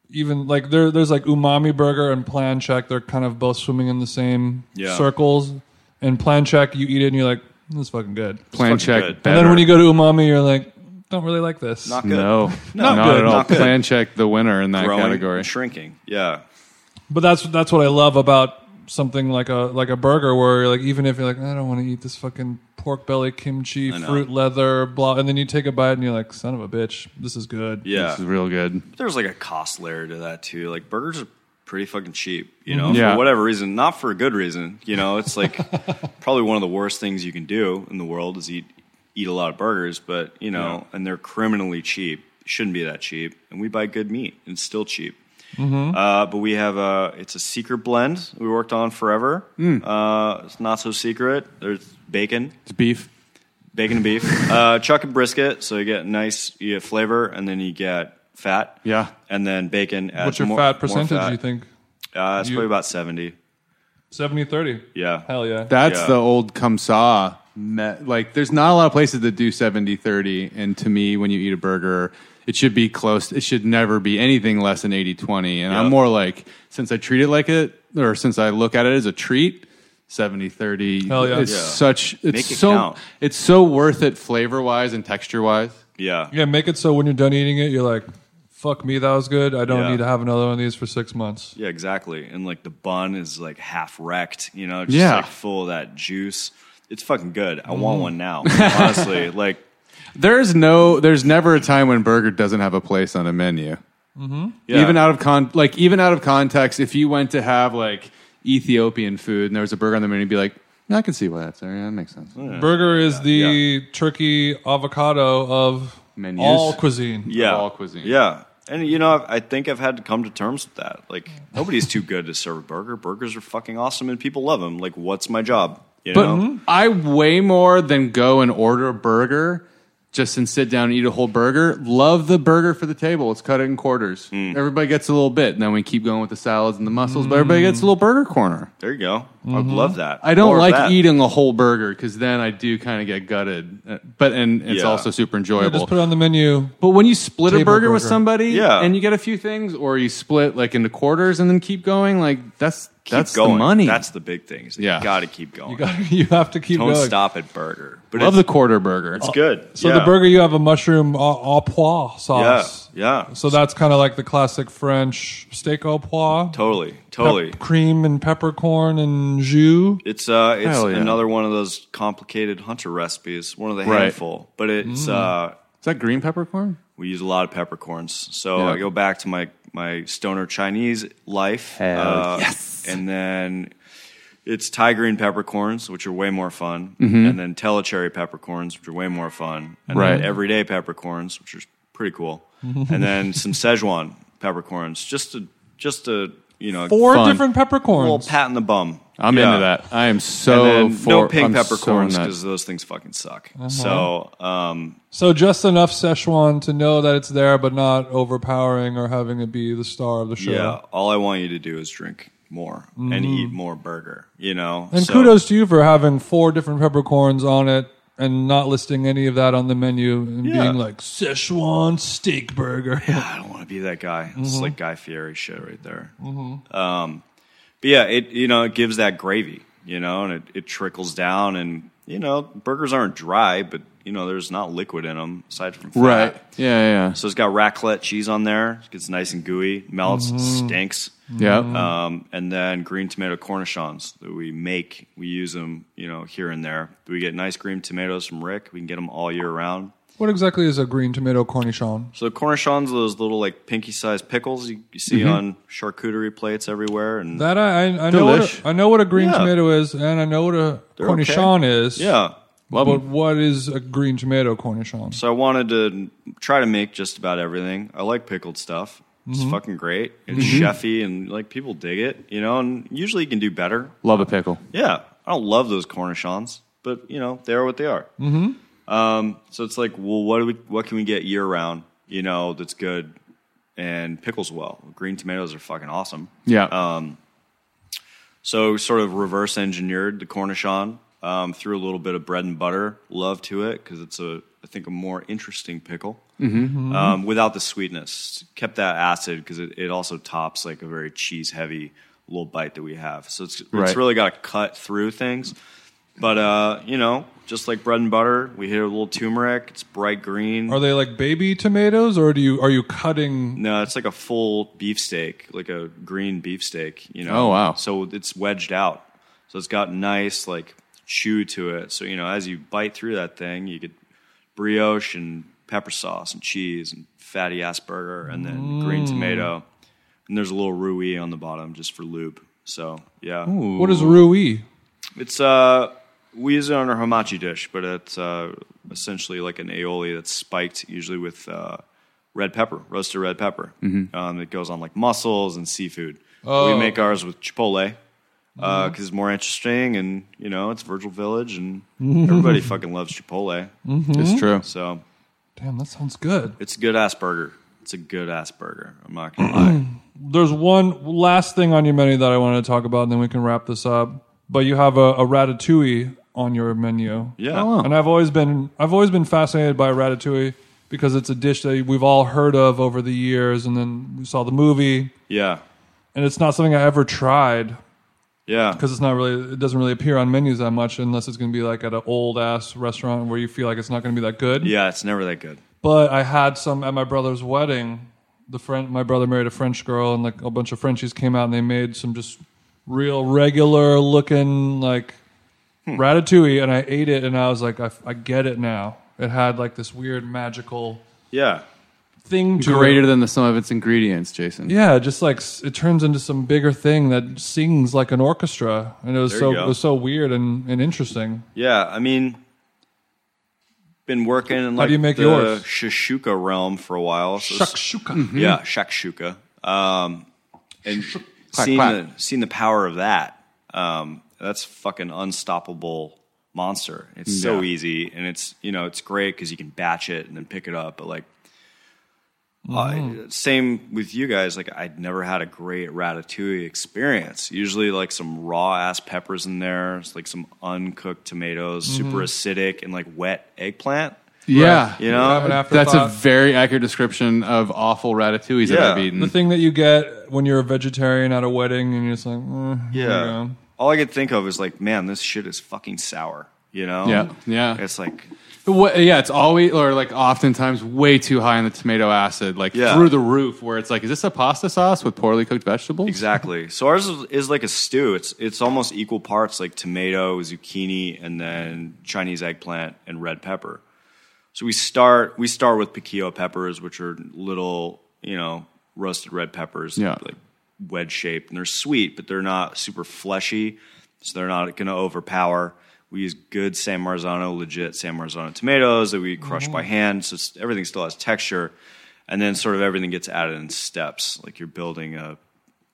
Speaker 3: even like there, there's like umami burger and plan check. They're kind of both swimming in the same
Speaker 4: Yeah.
Speaker 3: circles. And plan check, you eat it and you're like, this is fucking good.
Speaker 5: Plan
Speaker 4: fucking
Speaker 5: check.
Speaker 4: good. And
Speaker 5: Better.
Speaker 3: And then when you go to umami, you're like, don't really like this.
Speaker 4: Not good.
Speaker 5: no, not,
Speaker 4: good,
Speaker 5: at all.
Speaker 4: not good.
Speaker 5: Plan check the winner in that
Speaker 4: Growing,
Speaker 5: category.
Speaker 4: shrinking. Yeah.
Speaker 3: But that's that's what I love about something like a like a burger, where you're like even if you're like I don't want to eat this fucking pork belly kimchi
Speaker 4: know.
Speaker 3: fruit leather blah, and then you take a bite and you're like son of a bitch, this is good.
Speaker 4: Yeah.
Speaker 5: This is real good.
Speaker 4: there's like a cost layer to that too. Like burgers are pretty fucking cheap, you know,
Speaker 5: Yeah.
Speaker 4: for whatever reason, not for a good reason. You know, it's like probably one of the worst things you can do in the world is eat eat a lot of burgers, but you know, and they're criminally cheap. Shouldn't be that cheap, and we buy good meat and it's still cheap. Uh, but we have a it's a secret blend we worked on forever. Uh, it's not so secret. There's bacon
Speaker 5: It's beef.
Speaker 4: bacon and beef, uh, chuck and brisket. So you get nice, you get flavor, and then you get fat.
Speaker 5: Yeah.
Speaker 4: and then bacon. adds
Speaker 3: What's your
Speaker 4: more-
Speaker 3: fat
Speaker 4: more
Speaker 3: percentage?
Speaker 4: fat.
Speaker 3: You think
Speaker 4: Uh, it's
Speaker 3: you-
Speaker 4: probably about seventy.
Speaker 3: 70 30
Speaker 4: Yeah.
Speaker 3: Hell yeah.
Speaker 5: That's
Speaker 4: Yeah.
Speaker 5: the old Kamsa. Me- like, there's not a lot of places that do 70 30. And to me, when you eat a burger, it should be close. It should never be anything less than 80 20. And I'm
Speaker 4: Yeah.
Speaker 5: more like, since I treat it like it, or since I look at it as a treat, 70 30.
Speaker 3: Hell yeah.
Speaker 5: It's
Speaker 3: Yeah.
Speaker 5: such, it's
Speaker 4: Make it
Speaker 5: so,
Speaker 4: count.
Speaker 5: it's so worth it flavor wise and texture wise.
Speaker 4: Yeah,
Speaker 3: Yeah, make it so when you're done eating it, you're like, fuck me, that was good. I don't
Speaker 4: Yeah.
Speaker 3: need to have another one of these for six months.
Speaker 4: yeah, exactly. And like the bun is like half wrecked, you know, just
Speaker 5: Yeah.
Speaker 4: like full of that juice. It's fucking good. I want one now, honestly. like,
Speaker 5: There's no, there's never a time when burger doesn't have a place on a menu.
Speaker 4: yeah.
Speaker 5: even out of con like even out of context if you went to have like ethiopian food and there was a burger on the menu you'd be like i can see why that's there yeah that makes sense
Speaker 3: Burger is the turkey avocado of
Speaker 5: Menus.
Speaker 3: all cuisine.
Speaker 4: yeah,
Speaker 5: all cuisine.
Speaker 4: Yeah, and you know, I've, I think I've had to come to terms with that. Like, nobody's too good to serve a burger. Burgers are fucking awesome, and people love them.
Speaker 3: Mm-hmm.
Speaker 4: Like, what's my job? You
Speaker 5: but
Speaker 4: know?
Speaker 5: i way more than go and order a burger just and sit down and eat a whole burger. Love the burger for the table. Let's cut it in quarters.
Speaker 4: Mm.
Speaker 5: Everybody gets a little bit, and then we keep going with the salads and the mussels. But everybody
Speaker 3: Mm.
Speaker 5: gets a little burger corner.
Speaker 4: There you go. I'd love that.
Speaker 5: Mm-hmm. I don't
Speaker 4: More of
Speaker 5: like
Speaker 4: that.
Speaker 5: eating a whole burger because then I do kind of get gutted. Uh, But and it's
Speaker 4: Yeah.
Speaker 5: also super
Speaker 3: Yeah,
Speaker 5: enjoyable.
Speaker 3: just put it on the menu.
Speaker 5: But when you split a burger,
Speaker 3: Table
Speaker 5: with
Speaker 3: burger.
Speaker 5: somebody,
Speaker 4: Yeah.
Speaker 5: and you get a few things, or you split like into quarters and then keep going, like that's
Speaker 4: Keep
Speaker 5: that's
Speaker 4: going.
Speaker 5: the money.
Speaker 4: That's the big thing. is that
Speaker 5: Yeah.
Speaker 4: You got to keep going.
Speaker 3: You, got, you have to keep
Speaker 4: don't
Speaker 3: going.
Speaker 4: stop at burger. But
Speaker 5: love the
Speaker 4: it's,
Speaker 5: quarter burger.
Speaker 4: it's good.
Speaker 3: So
Speaker 4: Yeah.
Speaker 3: the burger, you have a mushroom au, au pois
Speaker 4: Yeah.
Speaker 3: sauce.
Speaker 4: Yeah.
Speaker 3: So that's kind of like the classic French steak au pois.
Speaker 4: Totally. Totally.
Speaker 3: Pep- cream and peppercorn and jus.
Speaker 4: It's uh, it's
Speaker 5: Hell yeah.
Speaker 4: another one of those complicated hunter recipes. One of the
Speaker 5: Right. Mm.
Speaker 4: handful, but it's uh,
Speaker 5: Is that green peppercorn?
Speaker 4: we use a lot of peppercorns. So
Speaker 5: Yeah.
Speaker 4: I go back to my my stoner Chinese life. uh, And then it's tiger green peppercorns, which are way more fun, and then telecherry peppercorns, which are way more fun,
Speaker 5: Mm-hmm.
Speaker 4: and
Speaker 5: Right. Mm-hmm.
Speaker 4: then everyday peppercorns, which are pretty cool, and then some Szechuan peppercorns, just to just to you know
Speaker 3: Four
Speaker 5: Fun.
Speaker 3: different peppercorns.
Speaker 4: little pat in the bum.
Speaker 5: I'm
Speaker 4: Yeah
Speaker 5: into that. I am so
Speaker 4: and then
Speaker 5: for
Speaker 4: no pink
Speaker 5: I'm so in
Speaker 4: peppercorns
Speaker 5: that. Uh-huh.
Speaker 4: because those things fucking suck. So um,
Speaker 3: So just enough Szechuan to know that it's there, but not overpowering or having it be the star of the show.
Speaker 4: yeah, all I want you to do is drink more and eat more burger. You know,
Speaker 3: And
Speaker 4: So-
Speaker 3: kudos to you for having four different peppercorns on it and not listing any of that on the menu and
Speaker 4: Yeah.
Speaker 3: being like Szechuan steak burger.
Speaker 4: I don't want to be that guy. It's like Guy Fieri shit right there. Um, but yeah, it you know it gives that gravy, you know, and it, it trickles down, and you know burgers aren't dry, but you know there's not liquid in them aside from fat.
Speaker 5: right. Yeah, yeah,
Speaker 4: So it's got raclette cheese on there. It gets nice and gooey, melts, stinks.
Speaker 5: yeah. Yep.
Speaker 4: um, and then green tomato cornichons that we make. We use them, you know, here and there. We get nice green tomatoes from Rick. We can get them all year round.
Speaker 3: What exactly is a green tomato cornichon?
Speaker 4: So cornichons are those little like pinky-sized pickles you, you see on charcuterie plates everywhere, and
Speaker 3: That I I, I know what
Speaker 5: Delish.
Speaker 3: a, I know what a green
Speaker 4: Yeah.
Speaker 3: tomato is and I know what a
Speaker 4: They're okay.
Speaker 3: cornichon is.
Speaker 4: yeah.
Speaker 5: Love
Speaker 3: But
Speaker 5: 'em.
Speaker 3: what is a green tomato cornichon?
Speaker 4: So I wanted to try to make just about everything. I like pickled stuff. It's fucking great. It's chefy, and like people dig it, you know. And usually you can do better.
Speaker 5: Love a pickle.
Speaker 4: Yeah, I don't love those cornichons, but you know they are what they are. Mm-hmm. Um, so it's like, well, what do we, what can we get year round? You know, that's good and pickles well. Green tomatoes are fucking awesome.
Speaker 5: Yeah.
Speaker 4: um, So we sort of reverse engineered the cornichon, um, threw a little bit of bread and butter love to it because it's a I think a more interesting pickle um, without the sweetness. Kept that acid because it, it also tops like a very cheese heavy little bite that we have. So it's
Speaker 5: Right.
Speaker 4: it's really got to cut through things. But uh, you know, just like bread and butter, we hit a little turmeric. It's bright green.
Speaker 3: Are they like baby tomatoes or do you are you cutting
Speaker 4: No, it's like a full beefsteak, like a green beefsteak, you know.
Speaker 5: Oh, wow.
Speaker 4: So it's wedged out. So it's got nice like chew to it. So you know, as you bite through that thing, you get brioche and pepper sauce and cheese and fatty ass burger and then
Speaker 5: Mm.
Speaker 4: green tomato. And there's a little roux on the bottom just for lube. So, yeah.
Speaker 3: what is roux?
Speaker 4: It's uh we use it on our hamachi dish, but it's uh essentially like an aioli that's spiked usually with uh red pepper, roasted red pepper. Um it goes on like mussels and seafood. We make ours with chipotle. Because it's more interesting, and you know it's Virgil Village, and everybody fucking loves Chipotle.
Speaker 3: Mm-hmm.
Speaker 5: it's true.
Speaker 4: So
Speaker 3: Damn, that sounds good.
Speaker 4: it's a good ass burger. It's a good ass burger. I'm not gonna lie.
Speaker 3: There's one last thing on your menu that I wanted to talk about, and then we can wrap this up. But you have a, a ratatouille on your menu.
Speaker 4: Yeah,
Speaker 3: And I've always been I've always been fascinated by ratatouille because it's a dish that we've all heard of over the years, and then we saw the movie,
Speaker 4: yeah,
Speaker 3: and it's not something I ever tried
Speaker 4: yeah.
Speaker 3: because it's not really it doesn't really appear on menus that much unless it's going to be like at an old ass restaurant where you feel like it's not going to be that good.
Speaker 4: Yeah, it's never that good.
Speaker 3: But I had some at my brother's wedding. The friend, my brother married a French girl, and like a bunch of Frenchies came out, and they made some just real regular looking like
Speaker 4: Hmm.
Speaker 3: ratatouille, and I ate it, and I was like, I, I get it now. It had like this weird magical
Speaker 4: Yeah,
Speaker 3: thing to it.
Speaker 5: Greater than the sum of its ingredients, Jason.
Speaker 3: Yeah, just like s- it turns into some bigger thing that sings like an orchestra, and it was
Speaker 4: There
Speaker 3: so
Speaker 4: you go.
Speaker 3: it was so weird and, and interesting.
Speaker 4: Yeah, I mean, been working in like
Speaker 3: do you make
Speaker 4: the
Speaker 3: yours?
Speaker 4: shakshuka realm for a while. So it's-
Speaker 5: Mm-hmm.
Speaker 3: Shakshuka.
Speaker 4: Yeah, shakshuka. Um, and
Speaker 5: Clack,
Speaker 4: seeing
Speaker 5: clack.
Speaker 4: the seeing the power of that, um, that's fucking unstoppable monster. It's so
Speaker 5: Yeah.
Speaker 4: easy, and it's you know it's great because you can batch it and then pick it up. But like, uh,
Speaker 5: Mm-hmm.
Speaker 4: same with you guys. Like I'd never had a great ratatouille experience. Usually like some raw ass peppers in there, it's like some uncooked tomatoes,
Speaker 5: Mm-hmm.
Speaker 4: super acidic, and like wet eggplant.
Speaker 5: Yeah.
Speaker 4: You know,
Speaker 3: Have an
Speaker 5: That's a
Speaker 3: afterthought.
Speaker 5: very accurate description of awful ratatouilles that I've
Speaker 4: Yeah.
Speaker 5: eaten.
Speaker 3: the thing that you get when you're a vegetarian at a wedding and you're just like, eh, here you
Speaker 4: Yeah.
Speaker 3: go.
Speaker 4: All I could think of is like, man, this shit is fucking sour. You know?
Speaker 5: Yeah, yeah.
Speaker 4: Um, It's like,
Speaker 5: What, yeah, it's always or like oftentimes way too high in the tomato acid, like
Speaker 4: Yeah.
Speaker 5: through the roof. Where it's like, is this a pasta sauce with poorly cooked vegetables?
Speaker 4: exactly. So ours is, is like a stew. It's it's almost equal parts like tomato, zucchini, and then Chinese eggplant and red pepper. So we start we start with piquillo peppers, which are little, you know, roasted red peppers,
Speaker 5: Yeah.
Speaker 4: like wedge shaped, and they're sweet, but they're not super fleshy, so they're not going to overpower. We use good San Marzano, legit San Marzano tomatoes that we crush by hand, so it's- everything still has texture. And then sort of everything gets added in steps, like you're building a,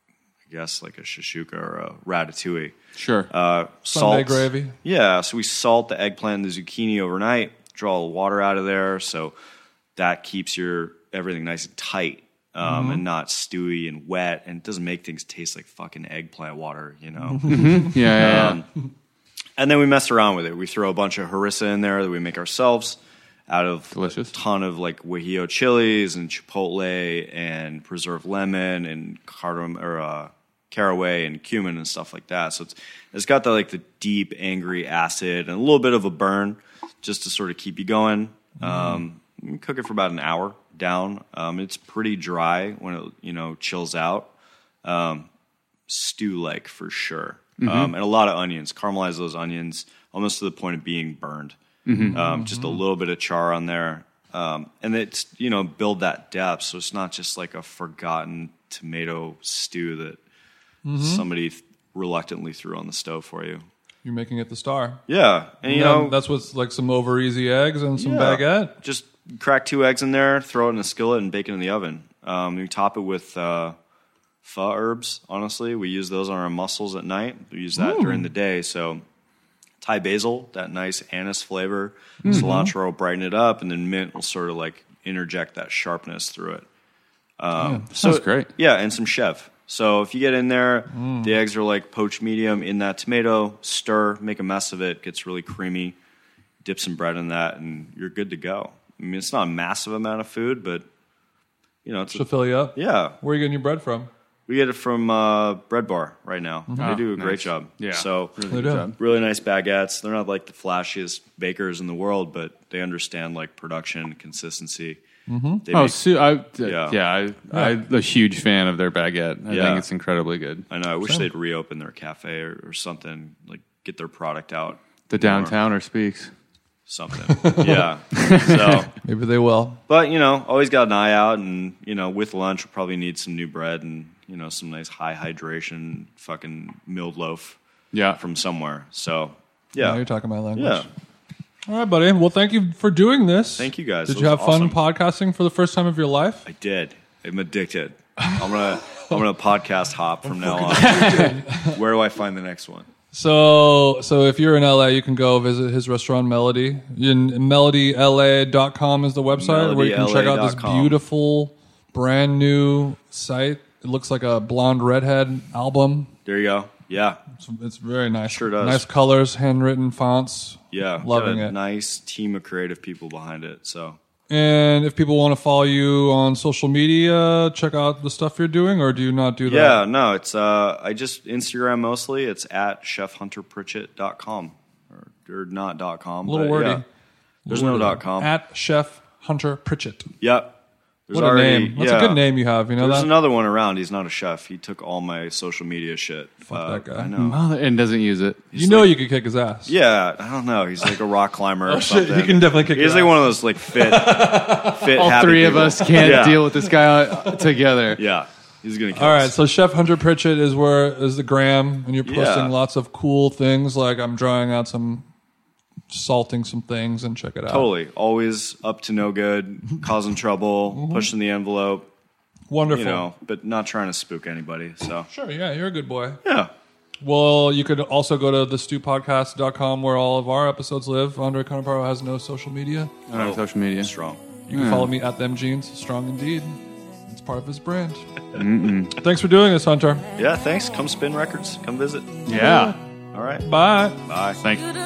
Speaker 4: I guess like a shishuka or a ratatouille.
Speaker 5: Sure.
Speaker 4: Uh,
Speaker 3: Sunday
Speaker 4: salt
Speaker 3: gravy.
Speaker 4: yeah, so we salt the eggplant and the zucchini overnight, draw the water out of there, so that keeps your everything nice and tight
Speaker 3: Mm-hmm.
Speaker 4: um, and not stewy and wet, and it doesn't make things taste like fucking eggplant water, you know.
Speaker 5: yeah, yeah, yeah.
Speaker 4: and then we mess around with it. We throw a bunch of harissa in there that we make ourselves out of
Speaker 5: Delicious.
Speaker 4: a ton of like guajillo chilies and chipotle and preserved lemon and cardam or uh, caraway and cumin and stuff like that. So it's it's got the like the deep angry acid and a little bit of a burn just to sort of keep you going. Um, you cook it for about an hour down. Um, it's pretty dry when it you know chills out stew like for sure. Um, and a lot of onions. Caramelize those onions almost to the point of being burned. Um, just a little bit of char on there. Um, and it's, you know, build that depth. So it's not just like a forgotten tomato stew that somebody th- reluctantly threw on the stove for you.
Speaker 3: You're making it the star.
Speaker 4: Yeah. And, you
Speaker 3: And
Speaker 4: know,
Speaker 3: that's what's like some over easy eggs and some
Speaker 4: yeah.
Speaker 3: baguette.
Speaker 4: Just crack two eggs in there, throw it in a skillet, and bake it in the oven. Um, you top it with uh, pho herbs. Honestly, we use those on our mussels at night. We use that during the day. So Thai basil, that nice anise flavor.
Speaker 5: Mm-hmm.
Speaker 4: Cilantro will brighten it up, and then mint will sort of like interject that sharpness through it. Um,
Speaker 5: Sounds great. Mm.
Speaker 4: Yeah, and some chev. So if you get in there, the eggs are like poached medium in that tomato. Stir, make a mess of it. Gets really creamy. Dip some bread in that, and you're good to go. I mean, it's not a massive amount of food, but you know, it's
Speaker 3: to fill you up.
Speaker 4: yeah.
Speaker 3: Where are you getting your bread from?
Speaker 4: We get it from uh, Bread Bar right now. They
Speaker 5: Ah,
Speaker 4: do a great
Speaker 5: nice.
Speaker 4: job.
Speaker 5: Yeah.
Speaker 4: So
Speaker 3: They do.
Speaker 4: really nice baguettes. They're not like the flashiest bakers in the world, but they understand like production consistency. They
Speaker 5: Oh,
Speaker 4: make-
Speaker 5: Sue, I, uh, yeah,
Speaker 4: Yeah.
Speaker 5: I, I'm a huge fan of their baguette. I
Speaker 4: Yeah.
Speaker 5: think it's incredibly good.
Speaker 4: I know. I wish they'd reopen their cafe or, or something, like get their product out.
Speaker 5: The downtowner speaks.
Speaker 4: Something. yeah. So,
Speaker 3: Maybe they will.
Speaker 4: but, you know, always got an eye out. And, you know, with lunch, we'll probably need some new bread and, you know, some nice high hydration fucking milled loaf
Speaker 5: Yeah,
Speaker 4: from somewhere. So,
Speaker 3: Now
Speaker 4: yeah.
Speaker 3: you're talking my language.
Speaker 4: Yeah.
Speaker 3: All right, buddy. Well, thank you for doing this.
Speaker 4: Thank you, guys.
Speaker 3: Did
Speaker 4: That
Speaker 3: you
Speaker 4: was
Speaker 3: have fun
Speaker 4: awesome.
Speaker 3: podcasting for the first time of your life?
Speaker 4: I did. I'm addicted. I'm going to. I'm gonna podcast hop from now on. Where do I find the next one?
Speaker 3: So, so if you're in LA, you can go visit his restaurant, Melody. In MelodyLA.com is the website where you can check out this
Speaker 4: MelodyLA.com.
Speaker 3: beautiful, brand new site. It looks like a blonde redhead album.
Speaker 4: There you go. Yeah,
Speaker 3: It's, it's very nice.
Speaker 4: Sure does.
Speaker 3: Nice colors, handwritten fonts.
Speaker 4: yeah.
Speaker 3: Loving
Speaker 4: Got a
Speaker 3: it.
Speaker 4: Nice team of creative people behind it. So
Speaker 3: And if people want to follow you on social media, check out the stuff you're doing, or do you not do that?
Speaker 4: Yeah, no, it's uh, I just Instagram mostly. It's at chefhunterpritchett.com or, or not dot com.
Speaker 3: A little
Speaker 4: but
Speaker 3: wordy.
Speaker 4: yeah. There's no dot com.
Speaker 3: At Chef Hunter Pritchett.
Speaker 4: yep. There's
Speaker 3: What a
Speaker 4: already,
Speaker 3: name. That's
Speaker 4: yeah.
Speaker 3: a good name you have. You know
Speaker 4: There's
Speaker 3: that?
Speaker 4: another one around. He's not a chef. He took all my social media shit. Fuck
Speaker 3: that guy.
Speaker 4: I know.
Speaker 5: Mother- and doesn't use it.
Speaker 3: you know you could kick his ass.
Speaker 4: Yeah, I don't know. He's like a rock climber or
Speaker 3: Oh, shit,
Speaker 4: something.
Speaker 3: he can definitely kick
Speaker 4: He's
Speaker 3: your
Speaker 4: like
Speaker 3: ass.
Speaker 4: one of those like fit, fit.
Speaker 5: All
Speaker 4: happy
Speaker 5: three of
Speaker 4: people.
Speaker 5: us can't
Speaker 4: Yeah.
Speaker 5: deal with this guy uh, together.
Speaker 4: Yeah, he's gonna. Kill
Speaker 3: All right,
Speaker 4: us.
Speaker 3: so Chef Hunter Pritchett is where is the gram, and you're posting
Speaker 4: Yeah.
Speaker 3: lots of cool things. Like I'm drawing out some, salting some things, and check it out.
Speaker 4: Totally, always up to no good, causing trouble,
Speaker 3: Mm-hmm.
Speaker 4: pushing the envelope.
Speaker 3: Wonderful.
Speaker 4: you know, but not trying to spook anybody. So
Speaker 3: Sure, yeah, you're a good boy.
Speaker 4: yeah,
Speaker 3: Well, you could also go to thestewpodcast.com where all of our episodes live. Andre Conaparo has no social media.
Speaker 5: I don't have social media.
Speaker 4: Oh, Strong.
Speaker 3: You can follow me at them jeans. Strong indeed. It's part of his brand. Thanks for doing this, Hunter.
Speaker 4: Yeah, thanks. Come spin records. Come visit.
Speaker 5: Yeah.
Speaker 4: All right.
Speaker 3: Bye.
Speaker 4: Bye.
Speaker 5: Thank you.